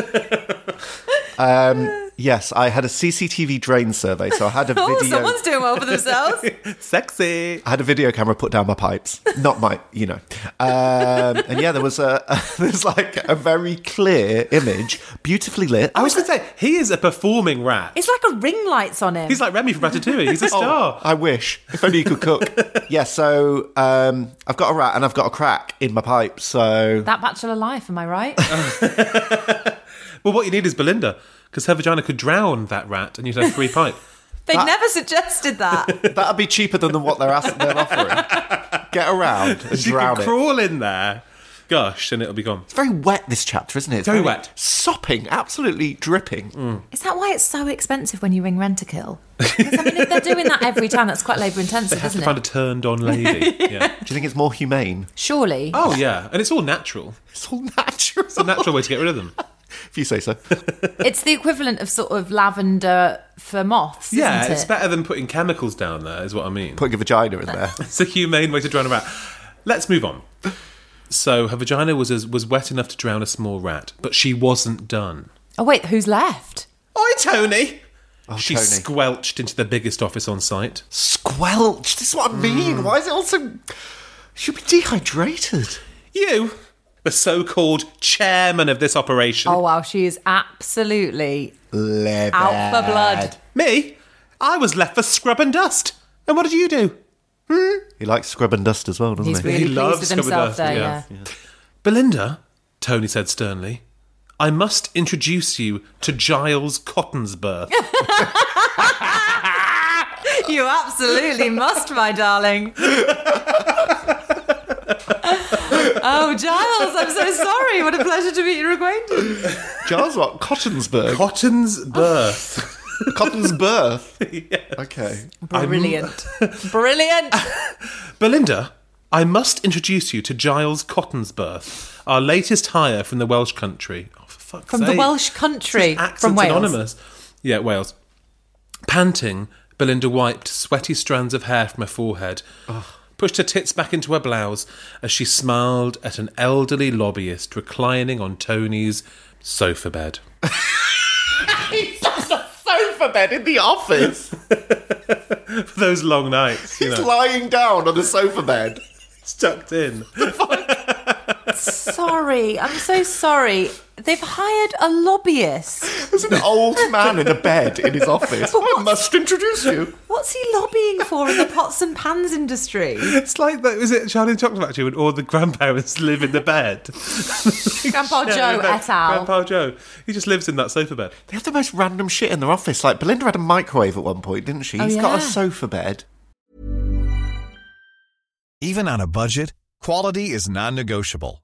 [SPEAKER 4] Um, yes, I had a CCTV drain survey, so I had a
[SPEAKER 5] *laughs* Oh,
[SPEAKER 4] video.
[SPEAKER 5] someone's doing well for themselves.
[SPEAKER 4] *laughs*
[SPEAKER 3] Sexy.
[SPEAKER 4] I had a video camera put down my pipes, not my, you know. Um, and yeah, there was a, *laughs* there's like a very clear image, beautifully lit.
[SPEAKER 3] I was going to say, he is a performing rat.
[SPEAKER 5] It's like a ring light's on him.
[SPEAKER 3] He's like Remy from Ratatouille.
[SPEAKER 4] *laughs*
[SPEAKER 3] He's a star.
[SPEAKER 4] I wish. If only you could cook. yeah, so um, I've got a rat and I've got a crack in my pipe, so
[SPEAKER 5] that bachelor life, am I
[SPEAKER 4] *laughs*
[SPEAKER 5] right?
[SPEAKER 4] Oh.
[SPEAKER 3] Well, what you need is Belinda, because her vagina could drown that rat and you'd have
[SPEAKER 4] *laughs*
[SPEAKER 3] free pipe.
[SPEAKER 5] They never suggested that.
[SPEAKER 4] that'd be cheaper than the, what they're, ask- they're offering. Get around and
[SPEAKER 3] she
[SPEAKER 4] drown
[SPEAKER 3] could
[SPEAKER 4] it.
[SPEAKER 3] crawl in there, gush, and it'll be gone.
[SPEAKER 4] It's very wet this chapter, isn't it? It's
[SPEAKER 3] Very wet. Mm.
[SPEAKER 4] Sopping, absolutely dripping.
[SPEAKER 5] Is that why it's so expensive when you ring rent a kill? Because I mean, if they're doing that every time, that's quite labour intensive,
[SPEAKER 3] Have
[SPEAKER 5] isn't
[SPEAKER 3] to find a
[SPEAKER 5] it?
[SPEAKER 3] turned on
[SPEAKER 4] *laughs*
[SPEAKER 3] lady. Yeah.
[SPEAKER 4] Do you think it's more humane?
[SPEAKER 5] Surely.
[SPEAKER 3] Oh, yeah. And it's all natural.
[SPEAKER 4] It's all *laughs* natural.
[SPEAKER 5] *laughs*
[SPEAKER 3] It's a natural way to get rid of them.
[SPEAKER 4] if you say so.
[SPEAKER 5] It's the equivalent of sort of lavender for moths,
[SPEAKER 3] Yeah,
[SPEAKER 5] isn't it?
[SPEAKER 3] it's better than putting chemicals down there, is what I mean. *laughs*
[SPEAKER 4] Putting a vagina in there.
[SPEAKER 3] It's a humane way to drown a rat. Let's move on. So her vagina was as, was wet enough to drown a small rat, but she wasn't done.
[SPEAKER 5] oh wait, who's left?
[SPEAKER 3] Oi, Tony! she
[SPEAKER 4] Tony.
[SPEAKER 3] squelched into the biggest office on site.
[SPEAKER 4] Squelched. This is what I mean. Why is it also. She'll be dehydrated.
[SPEAKER 3] You, the so-called chairman of this operation.
[SPEAKER 5] Oh wow, she is absolutely
[SPEAKER 4] Livid.
[SPEAKER 5] out for blood.
[SPEAKER 3] Me? I was left for scrub and dust. And what did you do?
[SPEAKER 4] He likes scrub and dust as well, doesn't
[SPEAKER 5] He's
[SPEAKER 4] he?
[SPEAKER 5] really pleased
[SPEAKER 3] loves
[SPEAKER 5] with
[SPEAKER 3] Scubba
[SPEAKER 5] himself
[SPEAKER 3] Dust,
[SPEAKER 5] there. Yeah.
[SPEAKER 3] yeah. Belinda, Tony said sternly, I must introduce you to
[SPEAKER 5] *laughs*
[SPEAKER 3] Giles Cottonsbur.
[SPEAKER 5] you absolutely must, my darling. oh, Giles, I'm so sorry. What a pleasure to meet your acquaintance.
[SPEAKER 4] Giles what? Cottonsburg.
[SPEAKER 3] Cottonsbur.
[SPEAKER 4] *laughs* Cotton's *laughs* birth. Okay.
[SPEAKER 5] Brilliant,
[SPEAKER 3] *laughs*
[SPEAKER 5] brilliant.
[SPEAKER 3] *laughs* Belinda, I must introduce you to Giles Cottonsbirth, our latest hire from the Welsh country. Oh, for fuck's
[SPEAKER 5] From the
[SPEAKER 3] sake.
[SPEAKER 5] Welsh country,
[SPEAKER 3] Accents
[SPEAKER 5] from Wales.
[SPEAKER 3] Anonymous. Yeah, Wales. Panting, Belinda wiped sweaty strands of hair from her forehead, pushed her tits back into her blouse as she smiled at an elderly lobbyist reclining on Tony's sofa bed.
[SPEAKER 4] Sofa bed in the office.
[SPEAKER 3] For *laughs* those long nights, you
[SPEAKER 4] He's
[SPEAKER 3] know,
[SPEAKER 4] lying down on a sofa bed.
[SPEAKER 3] tucked in.
[SPEAKER 5] Sorry, I'm so sorry. They've hired a
[SPEAKER 3] *laughs*
[SPEAKER 5] lobbyist.
[SPEAKER 4] There's an old man in a bed in his office. *laughs* I must introduce you.
[SPEAKER 5] What's he lobbying for in the pots and pans
[SPEAKER 3] *laughs*
[SPEAKER 5] industry?
[SPEAKER 3] It's like that. Was it Charlie and the Chocolate Factory when all the grandparents *laughs* live in the bed?
[SPEAKER 5] Grandpa
[SPEAKER 3] Yeah,
[SPEAKER 5] Joe et al.
[SPEAKER 3] Grandpa Joe. He just lives in that sofa bed.
[SPEAKER 4] They have the most random shit in their office. Like Belinda had a microwave at one point, didn't she?
[SPEAKER 5] Oh,
[SPEAKER 4] He's got a
[SPEAKER 5] yeah.
[SPEAKER 4] sofa bed.
[SPEAKER 7] Even on a budget, quality is non-negotiable.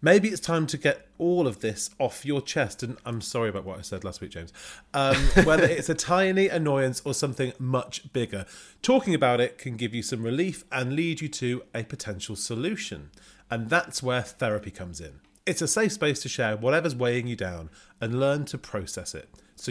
[SPEAKER 3] Maybe it's time to get all of this off your chest. And I'm sorry about what I said last week, James. Um, whether it's a tiny annoyance or something much bigger, talking about it can give you some relief and lead you to a potential solution. And that's where therapy comes in. It's a safe space to share whatever's weighing you down and learn to process it. so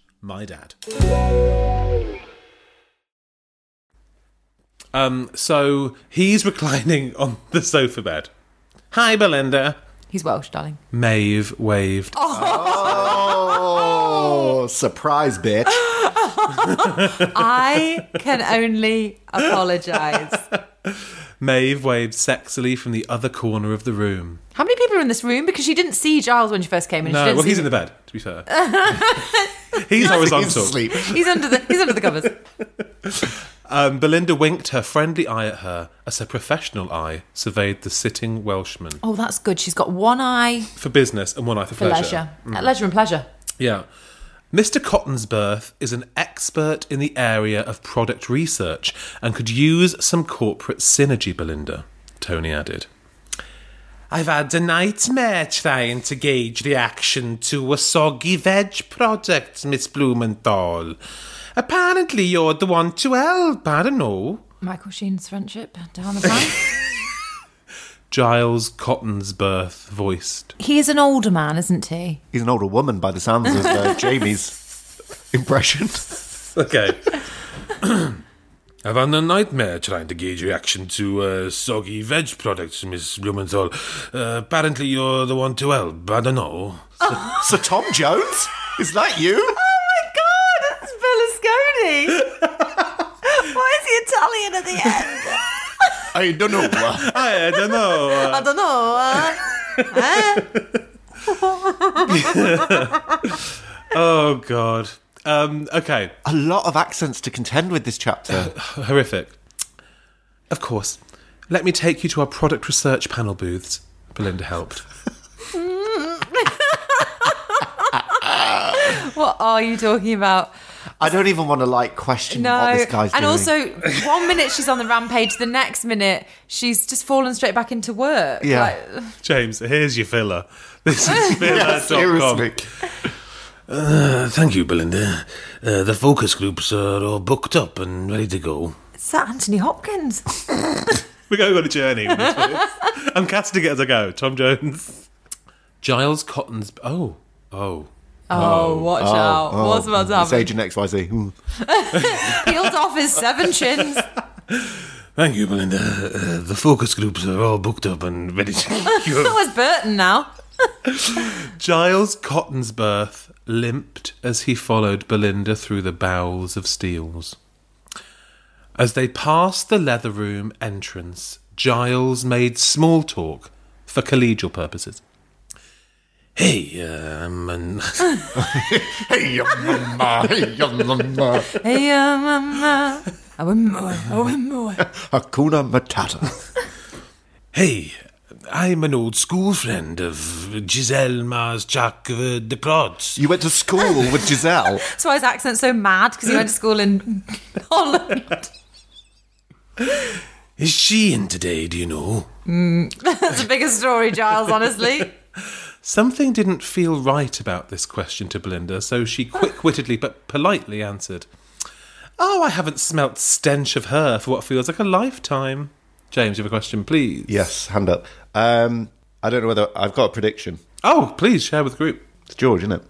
[SPEAKER 3] mydad. Um, so he's *laughs* reclining on the sofa bed. Hi, Belinda.
[SPEAKER 5] He's Welsh, darling.
[SPEAKER 3] Maeve waved.
[SPEAKER 4] Oh, surprise, bitch.
[SPEAKER 3] *laughs*
[SPEAKER 5] I can only apologise.
[SPEAKER 3] Maeve waved sexily from the other corner of the room.
[SPEAKER 5] How many people are in this room? Because she didn't see Giles when she first came in. she
[SPEAKER 3] No,
[SPEAKER 5] didn't
[SPEAKER 3] well,
[SPEAKER 5] see
[SPEAKER 3] he's in the bed, to
[SPEAKER 5] *laughs*
[SPEAKER 3] be fair. he's
[SPEAKER 4] He's
[SPEAKER 3] horizontal.
[SPEAKER 4] asleep.
[SPEAKER 5] He's under the he's under the covers.
[SPEAKER 3] Um, Belinda winked her friendly eye at her as her professional eye surveyed the sitting Welshman
[SPEAKER 5] Oh, that's good. She's got one eye
[SPEAKER 3] for business and one eye for,
[SPEAKER 5] for leisure,
[SPEAKER 3] Mm.
[SPEAKER 5] Uh, leisure and pleasure.
[SPEAKER 3] Yeah. Mr. Cotton's birth is an expert in the area of product research and could use some corporate synergy, Belinda, Tony added. I've had a nightmare trying to gauge reaction to a soggy veg product, Miss Blumenthal. Apparently, you're the one to help. I don't know.
[SPEAKER 5] Michael Sheen's friendship down the line.
[SPEAKER 3] Giles Cotton's birth voiced.
[SPEAKER 5] *laughs* he is an older man, isn't he?
[SPEAKER 4] He's an older woman by the sounds of uh, Jamie's impression.
[SPEAKER 3] *laughs* Okay. I've had a nightmare trying to gauge reaction to uh, soggy veg products, Miss Blumenthal. Uh, apparently, you're the one to help. I don't know.
[SPEAKER 4] Sir Tom Jones? Is that you?
[SPEAKER 5] Oh my
[SPEAKER 4] *laughs*
[SPEAKER 5] god, it's Berlusconi. Why is he Italian at the end?
[SPEAKER 4] *laughs* I don't know.
[SPEAKER 3] I, don't know.
[SPEAKER 5] I don't know.
[SPEAKER 3] *laughs*
[SPEAKER 5] uh,
[SPEAKER 3] oh, God. Um, okay.
[SPEAKER 4] A lot of accents to contend with this chapter.
[SPEAKER 3] Horrific. Of course. Let me take you to our product research panel booths. Belinda helped.
[SPEAKER 5] what are you talking about?
[SPEAKER 4] I don't even want to like question
[SPEAKER 5] No,
[SPEAKER 4] what this
[SPEAKER 5] and
[SPEAKER 4] guy's doing.
[SPEAKER 5] also one minute she's on the rampage, the next minute she's just fallen straight back into work.
[SPEAKER 4] Yeah.
[SPEAKER 5] Like,
[SPEAKER 3] James, here's your filler. This *laughs* is filler.
[SPEAKER 4] seriously.
[SPEAKER 6] Thank you, Belinda. Uh, the focus groups are all booked up and ready to go.
[SPEAKER 5] is that Anthony Hopkins?
[SPEAKER 3] We're going on a journey. with this voice. *laughs* I'm casting it as I go. Tom Jones. Giles Cotton's. Oh. Oh.
[SPEAKER 5] Oh, watch out. What's about to
[SPEAKER 4] It's
[SPEAKER 5] happen?
[SPEAKER 4] Agent XYZ. Mm.
[SPEAKER 5] Peeled off his
[SPEAKER 4] *laughs*
[SPEAKER 5] seven chins.
[SPEAKER 6] Thank you, Belinda. Uh, the focus groups are all booked up and ready to *laughs*
[SPEAKER 5] That
[SPEAKER 6] go.
[SPEAKER 5] was Burton now.
[SPEAKER 3] Giles Cotton's birth limped as he followed Belinda through the bowels of Steele's. As they passed the leather room entrance, Giles made small talk for collegial purposes. um,
[SPEAKER 6] hey, uh,
[SPEAKER 3] *laughs*
[SPEAKER 6] I'm an.
[SPEAKER 4] Hey, yum, yum, ah, hey, yum, yum, ah.
[SPEAKER 5] Hey, uh, mama. I wouldn't move. I wouldn't move.
[SPEAKER 4] Hakuna Matata.
[SPEAKER 6] Hey, I'm an old school friend of Giselle Mars Jacques uh, de Protz.
[SPEAKER 4] You went to school with Giselle.
[SPEAKER 5] That's why his accent's so mad because he went to school in *laughs* Holland.
[SPEAKER 6] Is she in today, do you know?
[SPEAKER 5] That's a bigger story, Giles,
[SPEAKER 4] *laughs*
[SPEAKER 5] honestly.
[SPEAKER 3] Something didn't feel right about this question to Belinda, so she quick wittedly but politely answered, Oh, I haven't smelt stench of her for what feels like a lifetime. James, you have a question, please.
[SPEAKER 4] yes, hand up. Um, I don't know whether I've got a prediction.
[SPEAKER 3] Oh, please share with the group.
[SPEAKER 4] It's George, isn't it?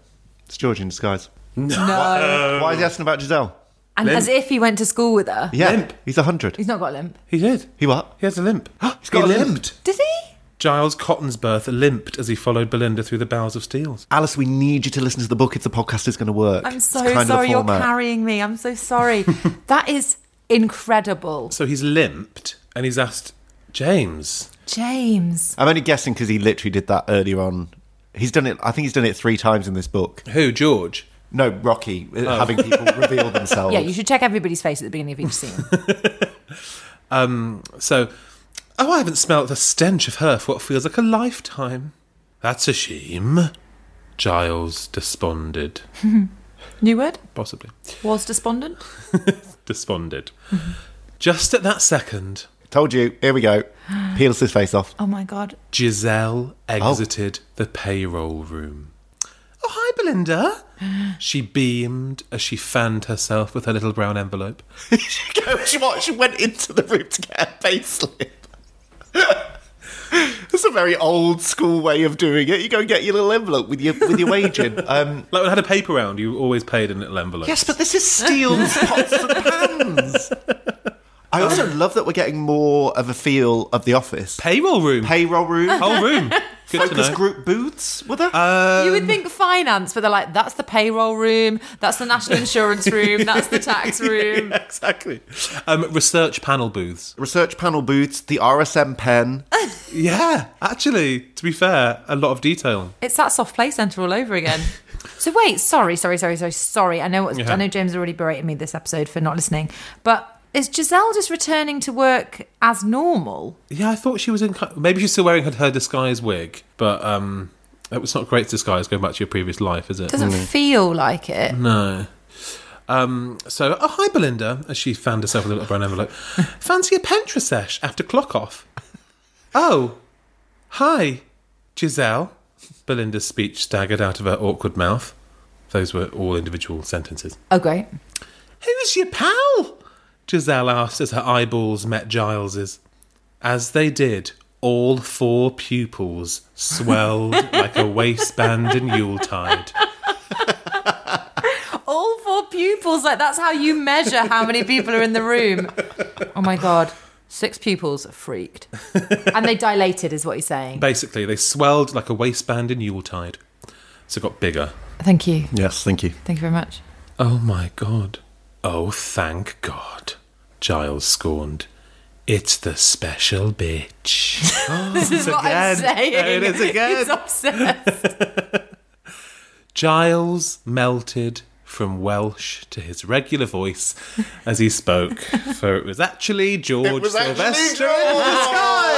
[SPEAKER 4] It's George in disguise.
[SPEAKER 5] No.
[SPEAKER 4] Why is he asking about Giselle?
[SPEAKER 5] And as if he went to school with her.
[SPEAKER 4] Yeah,
[SPEAKER 3] Limp.
[SPEAKER 4] he's a hundred.
[SPEAKER 5] He's not got a limp.
[SPEAKER 3] *gasps* He did.
[SPEAKER 4] He what?
[SPEAKER 3] He has a limp.
[SPEAKER 4] *gasps* He's got
[SPEAKER 3] He
[SPEAKER 4] a limp.
[SPEAKER 5] Did he?
[SPEAKER 3] Giles Cotton's birth limped as he followed Belinda through the bowels of Steels.
[SPEAKER 4] Alice, we need you to listen to the book if the podcast is going to work.
[SPEAKER 5] I'm
[SPEAKER 4] It's
[SPEAKER 5] so
[SPEAKER 4] kind of the
[SPEAKER 5] sorry you're
[SPEAKER 4] format.
[SPEAKER 5] carrying me. I'm so
[SPEAKER 4] *laughs*
[SPEAKER 5] sorry. that is incredible.
[SPEAKER 3] So he's limped and he's asked, James,
[SPEAKER 5] James.
[SPEAKER 4] I'm only guessing because he literally did that earlier on. He's done it. I think he's done it three times in this book.
[SPEAKER 3] who, George?
[SPEAKER 4] No, Rocky uh, having people
[SPEAKER 5] *laughs*
[SPEAKER 4] reveal themselves.
[SPEAKER 5] Yeah, you should check everybody's face at the beginning of each
[SPEAKER 4] *laughs*
[SPEAKER 5] scene.
[SPEAKER 3] So, oh, I haven't smelt the stench of her for what feels like a lifetime.
[SPEAKER 6] That's a shame.
[SPEAKER 3] Giles desponded.
[SPEAKER 5] New word?
[SPEAKER 3] Possibly.
[SPEAKER 5] Was despondent?
[SPEAKER 3] Desponded. Just at that second,
[SPEAKER 4] Told you. Here we go. Peels his face off.
[SPEAKER 5] Oh my god.
[SPEAKER 3] Giselle exited the payroll room. Oh, hi, Belinda. *gasps* She beamed as she fanned herself with her little brown envelope.
[SPEAKER 4] she goes. What? She went into the room to get her payslip. *laughs* That's a very old school way of doing it. You go and get your little envelope with your with your wage in. Um,
[SPEAKER 3] Like when I had a paper round, you always paid in a little envelope.
[SPEAKER 4] yes, but this is steals pots and pans. I also love that we're getting more of a feel of the office.
[SPEAKER 3] Payroll room.
[SPEAKER 4] Payroll room,
[SPEAKER 3] Whole *laughs* room. Good to
[SPEAKER 4] focus
[SPEAKER 3] know.
[SPEAKER 4] group booths, were there?
[SPEAKER 5] you
[SPEAKER 4] Um,
[SPEAKER 5] would think finance, but they're like, that's the payroll room, that's the national insurance room, that's the
[SPEAKER 3] *laughs*
[SPEAKER 5] tax
[SPEAKER 4] *laughs*
[SPEAKER 5] room.
[SPEAKER 3] exactly. Um, research panel booths.
[SPEAKER 4] Research panel booths, the RSM pen.
[SPEAKER 3] Yeah, actually, to be fair, a lot of detail.
[SPEAKER 5] It's that soft play centre all over again. So wait, sorry, sorry, sorry, sorry, sorry. I know what's,
[SPEAKER 3] Yeah.
[SPEAKER 5] I know James already berated me this episode for not listening, but is Giselle just returning to work as normal?
[SPEAKER 3] Yeah, I thought she was in. Maybe she's still wearing her, her disguise wig, but um, that was not a great disguise going back to your previous life, is it?
[SPEAKER 4] Mm.
[SPEAKER 5] Doesn't feel like it.
[SPEAKER 3] No. Um, so, oh, hi, Belinda, as she fanned herself with a little brown *laughs* envelope. Fancy a Pentra sesh after clock off? Oh, hi, Giselle. Belinda's speech staggered out of her awkward mouth. Those were all individual sentences.
[SPEAKER 5] Oh great.
[SPEAKER 3] Who's your pal? Giselle asked as her eyeballs met Giles's. As they did, all four pupils
[SPEAKER 5] *laughs*
[SPEAKER 3] swelled like a waistband in Yuletide.
[SPEAKER 5] All four pupils, like that's how you measure how many people are in the room. Oh my god. Six pupils freaked. And they dilated is what you're saying.
[SPEAKER 3] Basically, they swelled like a waistband in Yuletide. So it got bigger.
[SPEAKER 5] Thank you.
[SPEAKER 4] Yes, thank you.
[SPEAKER 5] Thank you very much.
[SPEAKER 3] Oh my god. Oh, thank God. Giles scorned. It's the special bitch.
[SPEAKER 5] *laughs* This is what I'm
[SPEAKER 4] again.
[SPEAKER 5] saying.
[SPEAKER 4] There it is again.
[SPEAKER 5] He's obsessed.
[SPEAKER 3] Giles melted from Welsh to his regular voice as he spoke, for it was actually George
[SPEAKER 4] It was actually
[SPEAKER 3] Sylvester.
[SPEAKER 4] George.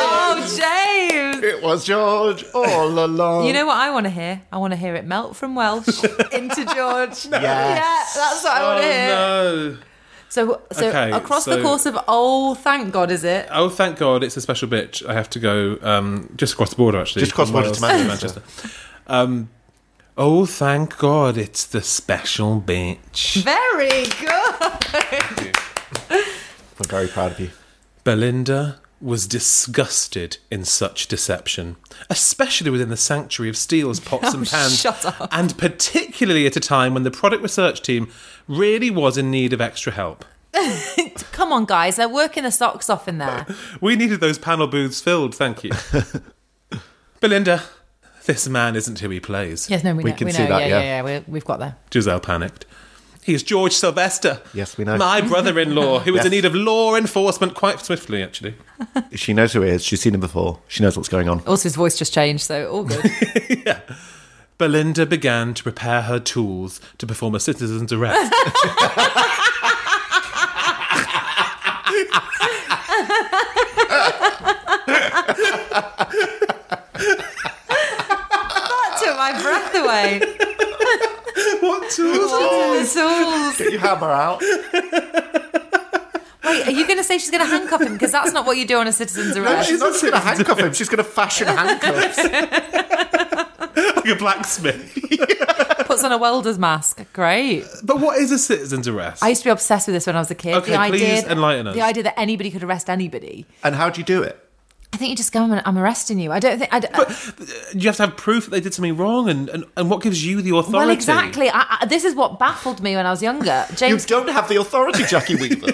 [SPEAKER 5] Oh, James.
[SPEAKER 4] It was George *laughs* all
[SPEAKER 3] Oh.
[SPEAKER 4] along.
[SPEAKER 5] You know what I want to hear? I want to hear it melt from
[SPEAKER 3] *laughs*
[SPEAKER 5] Welsh into George. Yeah, that's what I want to hear.
[SPEAKER 3] Oh no!
[SPEAKER 5] So, so
[SPEAKER 3] Okay,
[SPEAKER 5] across
[SPEAKER 3] so-
[SPEAKER 5] the course of oh, thank God, is it?
[SPEAKER 3] Oh, thank God, it's a special bitch. I have to go um, just across the border, actually.
[SPEAKER 4] Just across
[SPEAKER 3] from
[SPEAKER 4] the border
[SPEAKER 3] Wales
[SPEAKER 4] to Manchester.
[SPEAKER 3] Um, oh, thank God, it's the special bitch.
[SPEAKER 5] Very good.
[SPEAKER 4] I'm very proud of you.
[SPEAKER 3] Belinda was disgusted in such deception, especially within the sanctuary of steels, pots, and pans.
[SPEAKER 5] Oh, shut up.
[SPEAKER 3] And particularly at a time when the product research team really was in need of extra help.
[SPEAKER 5] Come on, guys, they're working the socks off in there.
[SPEAKER 3] We needed those panel booths
[SPEAKER 5] *laughs*
[SPEAKER 3] filled, thank you. Belinda, this man isn't who he plays.
[SPEAKER 5] Yes, no, we,
[SPEAKER 4] We
[SPEAKER 5] know.
[SPEAKER 4] can
[SPEAKER 5] we
[SPEAKER 4] see
[SPEAKER 5] know.
[SPEAKER 4] that,
[SPEAKER 5] yeah,
[SPEAKER 4] yeah.
[SPEAKER 5] yeah, We're, we've got there.
[SPEAKER 3] Giselle panicked. He's George Sylvester.
[SPEAKER 4] Yes, we know.
[SPEAKER 3] My brother in law, who was in
[SPEAKER 4] Yes.
[SPEAKER 3] need of law enforcement quite swiftly, actually.
[SPEAKER 4] She knows who it is. She's seen him before. She knows what's going on.
[SPEAKER 5] Also, his voice just changed, so all good.
[SPEAKER 3] Belinda began to prepare her tools to perform a citizen's arrest.
[SPEAKER 5] that *laughs* took my breath away.
[SPEAKER 3] what *laughs* tools?
[SPEAKER 5] It's all-
[SPEAKER 4] Get your hammer out.
[SPEAKER 5] Wait, are you going to say she's going to handcuff him? Because that's not what you do on a citizen's arrest.
[SPEAKER 4] She's not going to handcuff him. She's going to
[SPEAKER 5] *laughs*
[SPEAKER 4] fashion handcuffs.
[SPEAKER 3] Like a blacksmith.
[SPEAKER 5] Puts on a welder's mask. Great.
[SPEAKER 3] But what is a citizen's arrest?
[SPEAKER 5] I used to be obsessed with this when I was a kid.
[SPEAKER 3] Okay,
[SPEAKER 5] the idea,
[SPEAKER 3] please enlighten us.
[SPEAKER 5] The idea that anybody could arrest anybody.
[SPEAKER 4] and how do you do it?
[SPEAKER 5] I think you just go, I'm, I'm arresting you. I don't think. I d-
[SPEAKER 3] you have to have proof that they did something wrong, and, and, and what gives you the authority?
[SPEAKER 5] well, exactly. I, I, this is what baffled me when I was
[SPEAKER 3] *laughs*
[SPEAKER 5] younger.
[SPEAKER 4] You
[SPEAKER 5] James,
[SPEAKER 4] don't have the authority, Jackie
[SPEAKER 5] *laughs*
[SPEAKER 4] Weaver.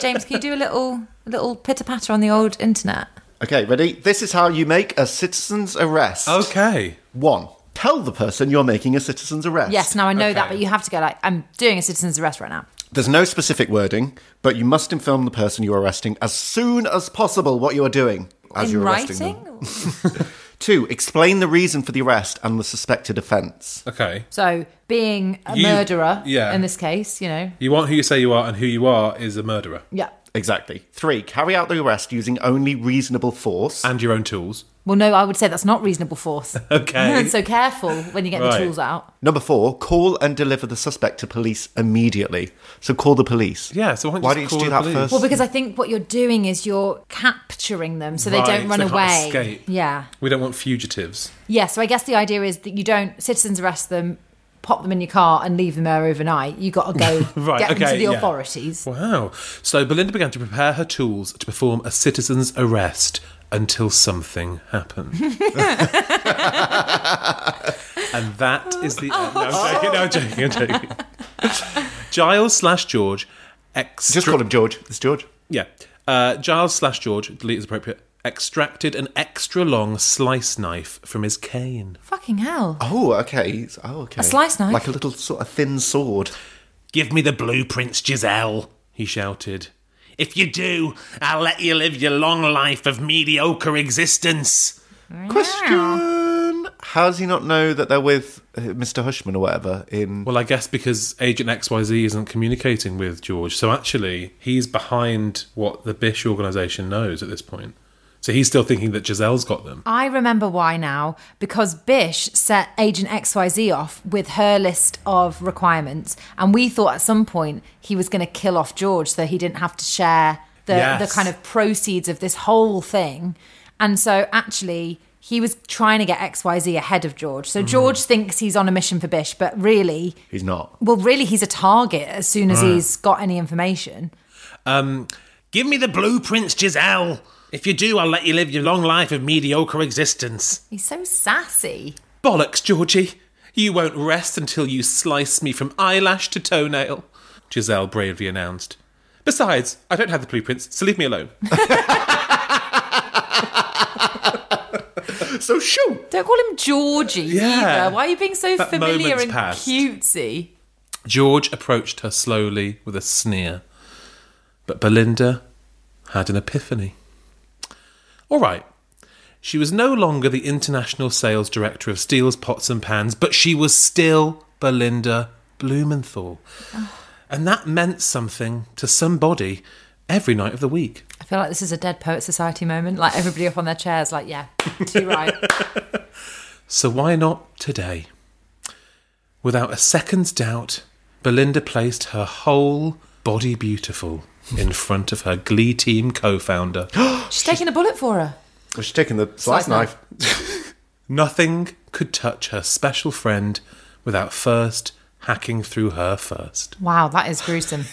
[SPEAKER 5] James, can you do a little little pitter patter on the old internet?
[SPEAKER 4] okay, ready? This is how you make a citizen's arrest.
[SPEAKER 3] Okay.
[SPEAKER 4] One, tell the person you're making a citizen's arrest.
[SPEAKER 5] Yes, now I know that,
[SPEAKER 3] Okay.
[SPEAKER 5] but you have to go like, I'm doing a citizen's arrest right now.
[SPEAKER 4] There's no specific wording, but you must inform the person you're arresting as soon as possible what you are doing as
[SPEAKER 5] In
[SPEAKER 4] you're arresting them.
[SPEAKER 5] writing?
[SPEAKER 4] Two, explain the reason for the arrest and the suspected offence.
[SPEAKER 3] Okay.
[SPEAKER 5] So, being a
[SPEAKER 3] You-
[SPEAKER 5] murderer
[SPEAKER 3] yeah.
[SPEAKER 5] in this case, you know.
[SPEAKER 3] You want who you say you are, and who you are is a murderer.
[SPEAKER 5] Yeah.
[SPEAKER 4] Exactly. Three, carry out the arrest using only reasonable force.
[SPEAKER 3] And your own tools.
[SPEAKER 5] Well, no, I would say that's not reasonable force.
[SPEAKER 3] *laughs* Okay.
[SPEAKER 5] *laughs* so careful when you get
[SPEAKER 3] Right.
[SPEAKER 5] the tools out.
[SPEAKER 4] Number four, call and deliver the suspect to police immediately. So call the police.
[SPEAKER 3] Yeah, so why don't you
[SPEAKER 4] why
[SPEAKER 3] just
[SPEAKER 4] don't you do
[SPEAKER 3] call
[SPEAKER 4] that
[SPEAKER 3] the police?
[SPEAKER 4] first?
[SPEAKER 5] Well, because I think what you're doing is you're capturing them so they
[SPEAKER 3] Right,
[SPEAKER 5] don't run
[SPEAKER 3] they can't
[SPEAKER 5] away.
[SPEAKER 3] escape.
[SPEAKER 5] Yeah.
[SPEAKER 3] We don't want fugitives.
[SPEAKER 5] Yeah, so I guess the idea is that you don't citizens arrest them, pop them in your car and leave them there overnight. You got to go
[SPEAKER 3] *laughs* Right,
[SPEAKER 5] get them
[SPEAKER 3] okay,
[SPEAKER 5] to the
[SPEAKER 3] yeah.
[SPEAKER 5] authorities.
[SPEAKER 3] Wow. So Belinda began to prepare her tools to perform a citizen's arrest until something
[SPEAKER 5] *laughs*
[SPEAKER 3] happened. and that is the end.
[SPEAKER 5] Oh,
[SPEAKER 3] No, I'm joking. No, I'm joking. I'm joking. Giles slash George. Extra-
[SPEAKER 4] Just call him George. It's George.
[SPEAKER 3] Yeah. Uh, Giles slash George, delete is appropriate, extracted an extra long slice knife from his cane.
[SPEAKER 5] Fucking hell.
[SPEAKER 4] Oh, okay. He's- Oh, okay.
[SPEAKER 5] A slice knife?
[SPEAKER 4] like a little sort of thin sword.
[SPEAKER 6] Give me the blueprints, Giselle,
[SPEAKER 3] He shouted.
[SPEAKER 6] If you do, I'll let you live your long life of mediocre existence.
[SPEAKER 4] Question: How does he not know that they're with uh, Mr. Hushman or whatever? In
[SPEAKER 3] Well, I guess because Agent XYZ isn't communicating with George. So actually, he's behind what the Bish organisation knows at this point. So he's still thinking that Giselle's got them.
[SPEAKER 5] I remember why now because Bish set Agent XYZ off with her list of requirements, and we thought at some point he was going to kill off George so he didn't have to share the,
[SPEAKER 3] Yes.
[SPEAKER 5] the kind of proceeds of this whole thing. And so actually, he was trying to get XYZ ahead of George.
[SPEAKER 3] Mm-hmm.
[SPEAKER 5] So George thinks he's on a mission for Bish, but really,
[SPEAKER 4] he's not.
[SPEAKER 5] well, really, he's a target as soon as he's got any information.
[SPEAKER 3] Um,
[SPEAKER 6] Give me the blueprints, Giselle. If you do, I'll let you live your long life of mediocre existence.
[SPEAKER 5] He's so sassy.
[SPEAKER 3] Bollocks, Georgie! You won't rest until you slice me from eyelash to toenail, Giselle bravely announced. Besides, I don't have the blueprints, so leave me alone. *laughs*
[SPEAKER 4] So shoo.
[SPEAKER 5] Don't call him Georgie
[SPEAKER 3] Yeah.
[SPEAKER 5] either. Why are you being so
[SPEAKER 3] That
[SPEAKER 5] familiar
[SPEAKER 3] moment's
[SPEAKER 5] and
[SPEAKER 3] passed.
[SPEAKER 5] cutesy?
[SPEAKER 3] George approached her slowly with a sneer. But Belinda had an epiphany. All right. She was no longer the international sales director of Steel's Pots and Pans, but she was still Belinda Blumenthal. And that meant something to somebody every night of the week.
[SPEAKER 5] I feel like this is a Dead Poet Society moment. Like everybody up on their chairs, like, yeah, *laughs* too right.
[SPEAKER 3] So why not today? Without a second's doubt, Belinda placed her whole body beautiful in front of her Glee Team co founder. *gasps*
[SPEAKER 5] She's taking a bullet for her.
[SPEAKER 4] Well, she's taking the slice,
[SPEAKER 5] Slice
[SPEAKER 4] knife.
[SPEAKER 5] knife.
[SPEAKER 3] Nothing could touch her special friend without first hacking through her first.
[SPEAKER 5] Wow, that is
[SPEAKER 3] *laughs*
[SPEAKER 5] gruesome.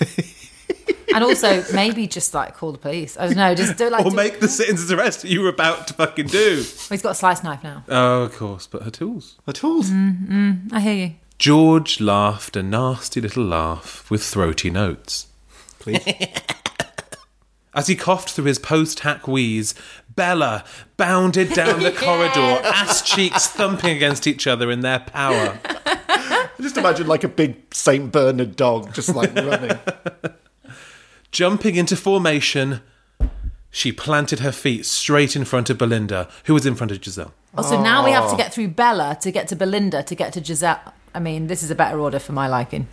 [SPEAKER 5] and also, maybe just like call the police. I don't know, just do like.
[SPEAKER 3] Or
[SPEAKER 5] do-
[SPEAKER 3] make the citizens arrest that you were about to fucking do.
[SPEAKER 5] Oh, he's got a slice knife now.
[SPEAKER 3] *laughs* oh, of course, but her tools.
[SPEAKER 4] The tools.
[SPEAKER 5] Mm. I hear you.
[SPEAKER 3] George laughed a nasty little laugh with throaty notes.
[SPEAKER 4] Please.
[SPEAKER 3] *laughs* As he coughed through his post hack wheeze, Bella bounded down the corridor, ass cheeks thumping against each other in their power.
[SPEAKER 4] Just imagine like a big Saint Bernard dog just like
[SPEAKER 3] *laughs*
[SPEAKER 4] running.
[SPEAKER 3] Jumping into formation, she planted her feet straight in front of Belinda, who was in front of Giselle.
[SPEAKER 5] Also, now we have to get through Bella to get to Belinda to get to Giselle. I mean, this is a better order for my liking.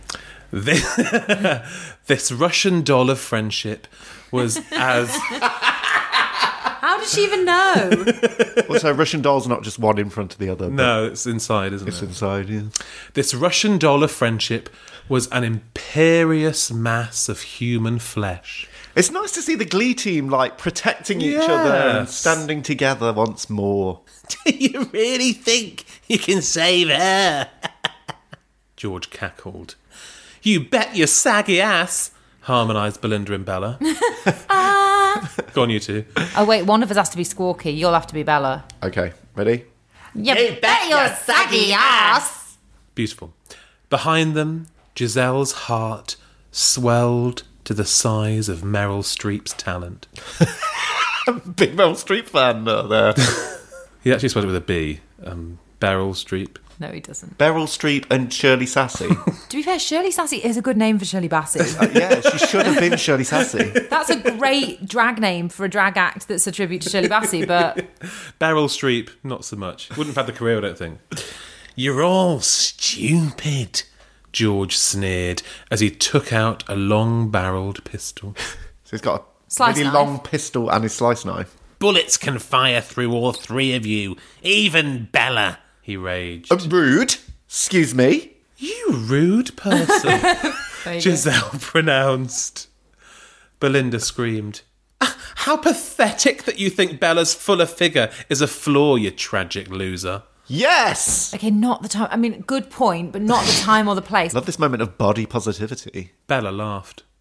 [SPEAKER 3] This, *laughs* this Russian doll of friendship was as
[SPEAKER 5] How does she even know?
[SPEAKER 4] Also, Russian dolls not just one in front of the other. but
[SPEAKER 3] no, it's inside, isn't
[SPEAKER 4] It's
[SPEAKER 3] it?
[SPEAKER 4] inside, yeah.
[SPEAKER 3] This Russian doll of friendship was an imperious mass of human flesh.
[SPEAKER 4] It's nice to see the Glee team like protecting each
[SPEAKER 3] Yes.
[SPEAKER 4] other and standing together once more.
[SPEAKER 6] Do *laughs* you really think you can save her? *laughs*
[SPEAKER 3] George cackled. You bet your saggy ass, harmonised Belinda and
[SPEAKER 6] *laughs*
[SPEAKER 3] Bella.
[SPEAKER 6] Ah.
[SPEAKER 3] Go on, you two.
[SPEAKER 5] oh, wait, one of us has to be squawky. You'll have to be Bella.
[SPEAKER 4] Okay, ready?
[SPEAKER 5] You, bet your saggy ass.
[SPEAKER 3] Beautiful. Behind them, Giselle's heart swelled to the size of Meryl Streep's talent.
[SPEAKER 4] Big Meryl Streep fan out *laughs* there.
[SPEAKER 3] He actually spelled it with a B. Um, Beryl Streep.
[SPEAKER 5] No, he doesn't.
[SPEAKER 4] Beryl Streep and Shirley Sassy.
[SPEAKER 5] To be fair, Shirley Sassy is a good name for Shirley Bassey. *laughs*
[SPEAKER 4] yeah, she should have been Shirley Sassy. *laughs*
[SPEAKER 5] That's a great drag name for a drag act that's a tribute to Shirley Bassey, but
[SPEAKER 3] Beryl Streep, not so much. Wouldn't have had the career, I don't think.
[SPEAKER 6] You're all stupid.
[SPEAKER 3] George sneered as he took out a long barreled pistol.
[SPEAKER 4] So he's got a
[SPEAKER 5] Slice
[SPEAKER 4] really
[SPEAKER 5] knife.
[SPEAKER 4] long pistol and his slice knife.
[SPEAKER 6] Bullets can fire through all three of you, even Bella, he raged.
[SPEAKER 4] Uh, rude. Excuse me.
[SPEAKER 3] You rude person, Giselle pronounced. Belinda screamed. "Ah, How pathetic that you think Bella's fuller figure is a flaw, you tragic loser.
[SPEAKER 4] Yes.
[SPEAKER 5] Okay, not the time. I mean, good point, but not the time or the place.
[SPEAKER 4] Love this moment of body positivity. *gasps*
[SPEAKER 3] Bella laughed.
[SPEAKER 6] *laughs*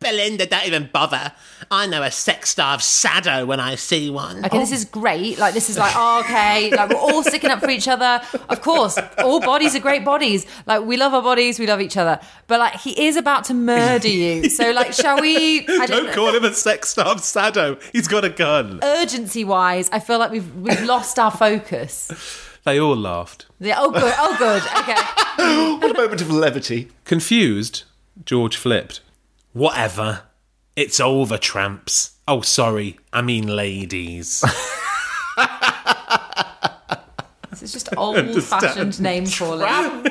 [SPEAKER 6] Belinda, don't even bother. I know a sex starved sado when I see one.
[SPEAKER 5] Okay, this is great. Like this is like oh, okay. Like we're all sticking up for each other. Of course, all bodies are great bodies. Like we love our bodies, we love each other. But like he is about to murder you. So like, shall we? I don't
[SPEAKER 3] Don't
[SPEAKER 5] know.
[SPEAKER 3] call him a sex starved sado. He's got a gun.
[SPEAKER 5] Urgency wise, I feel like we've we've lost our focus.
[SPEAKER 3] They all laughed.
[SPEAKER 5] Yeah, oh good. Oh good. Okay.
[SPEAKER 4] What a moment of levity.
[SPEAKER 3] Confused, George flipped.
[SPEAKER 6] Whatever. It's over, tramps. Oh, sorry. I mean, ladies.
[SPEAKER 5] This is just old fashioned name *laughs* calling.
[SPEAKER 4] Not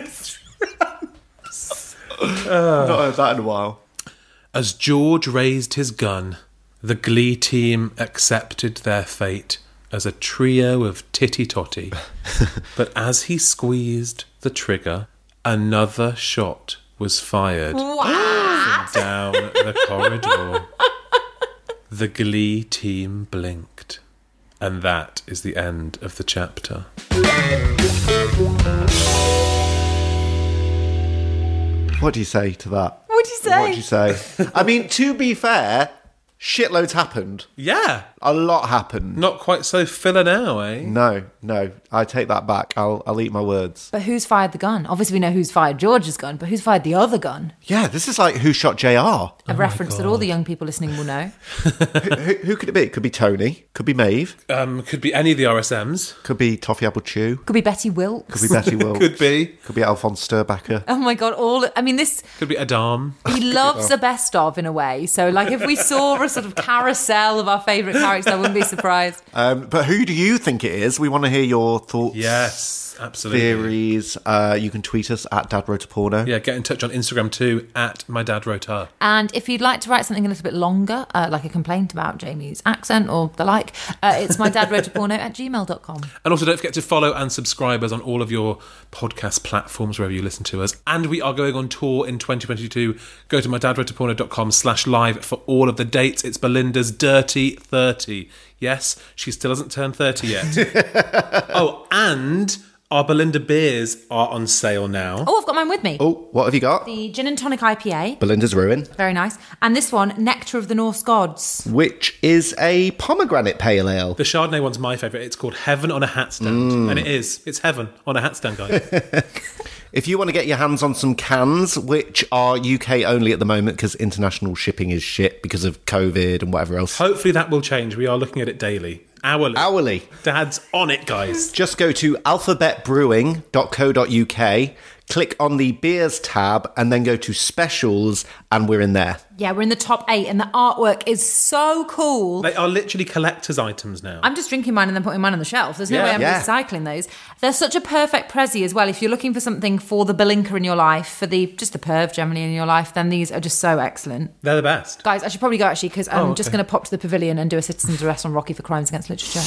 [SPEAKER 4] heard that in a while.
[SPEAKER 3] As George raised his gun, the glee team accepted their fate as a trio of titty *laughs* totty. but as he squeezed the trigger, another shot was fired down the corridor. The glee team blinked. And that is the end of the chapter.
[SPEAKER 4] What do you say to that?
[SPEAKER 5] What'd you say?
[SPEAKER 4] What do you say? *laughs* I mean, to be fair, shitloads happened.
[SPEAKER 3] Yeah,
[SPEAKER 4] A lot happened.
[SPEAKER 3] not quite so filler now, eh?
[SPEAKER 4] No, no, I take that back. I'll, I'll eat my words.
[SPEAKER 5] But who's fired the gun? Obviously, we know who's fired George's gun, but who's fired the other gun?
[SPEAKER 4] Yeah, this is like who
[SPEAKER 3] *laughs*
[SPEAKER 4] shot JR.
[SPEAKER 5] A reference that all the young people listening will know.
[SPEAKER 4] who, who could it be? It could be Tony. Could be Maeve.
[SPEAKER 3] Um, could be any of the RSMs.
[SPEAKER 4] Could be Toffee Apple Chew.
[SPEAKER 5] Could be Betty Wilkes.
[SPEAKER 4] Could
[SPEAKER 3] *laughs*
[SPEAKER 4] be Betty Wilkes.
[SPEAKER 3] Could be.
[SPEAKER 4] Could be Alphonse Sturbacker.
[SPEAKER 5] *laughs* Oh my god! All I mean, this
[SPEAKER 3] Could be Adam.
[SPEAKER 5] he loves the best of in a way. So, like, if we saw a sort of carousel of our favourite characters, I wouldn't be surprised.
[SPEAKER 4] Um, but who do you think it is? We want to hear your thoughts.
[SPEAKER 3] Yes, absolutely.
[SPEAKER 4] Theories. Uh, you can tweet us at Dad Wrote a Porno.
[SPEAKER 3] Yeah, get in touch on Instagram too at my dad wrote her.
[SPEAKER 5] And if you'd like to write something a little bit longer, uh, like a complaint about Jamie's accent or the like, uh, it's my dad wrote a porno at gmail.com.
[SPEAKER 3] And also don't forget to follow and subscribe us on all of your podcast platforms wherever you listen to us. And we are going on tour in 2022. Go to mydadwroteaporno.com slash live for all of the dates. It's Belinda's dirty 30. Yes, she still hasn't turned 30 yet. oh, and our Belinda beers are on sale now.
[SPEAKER 5] Oh, I've got mine with me.
[SPEAKER 4] Oh, what have you got?
[SPEAKER 5] The gin and tonic IPA,
[SPEAKER 4] Belinda's Ruin,
[SPEAKER 5] very nice. And this one, Nectar of the Norse Gods.
[SPEAKER 4] which is a pomegranate pale ale.
[SPEAKER 3] The Chardonnay one's my favourite. It's called Heaven on a Hat Stand. And it is. It's Heaven on a Hat Stand, guys.
[SPEAKER 4] If you want to get your hands on some cans, which are UK only at the moment because international shipping is shit because of COVID and whatever else,
[SPEAKER 3] Hopefully that will change. We are looking at it daily. Hourly.
[SPEAKER 4] Hourly.
[SPEAKER 3] Dad's on it, guys.
[SPEAKER 4] just go to alphabetbrewing.co.uk, click on the beers tab, and then go to specials, and we're in there.
[SPEAKER 5] Yeah, we're in the top eight, and the artwork is so cool.
[SPEAKER 3] They are literally collector's items now.
[SPEAKER 5] I'm just drinking mine and then putting mine on the shelf. There's no
[SPEAKER 3] Yeah.
[SPEAKER 5] way I'm
[SPEAKER 4] Yeah.
[SPEAKER 5] recycling those. They're such a perfect prezi as well. If you're looking for something for the blinker in your life, for the just the perv generally in your life, then these are just so excellent,
[SPEAKER 3] They're the best.
[SPEAKER 5] guys. I should probably go actually because I'm
[SPEAKER 3] Oh,
[SPEAKER 5] just
[SPEAKER 3] okay.
[SPEAKER 5] going to pop to the pavilion and do a citizen's arrest on Rocky for crimes against literature.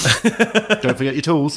[SPEAKER 4] Don't forget your tools.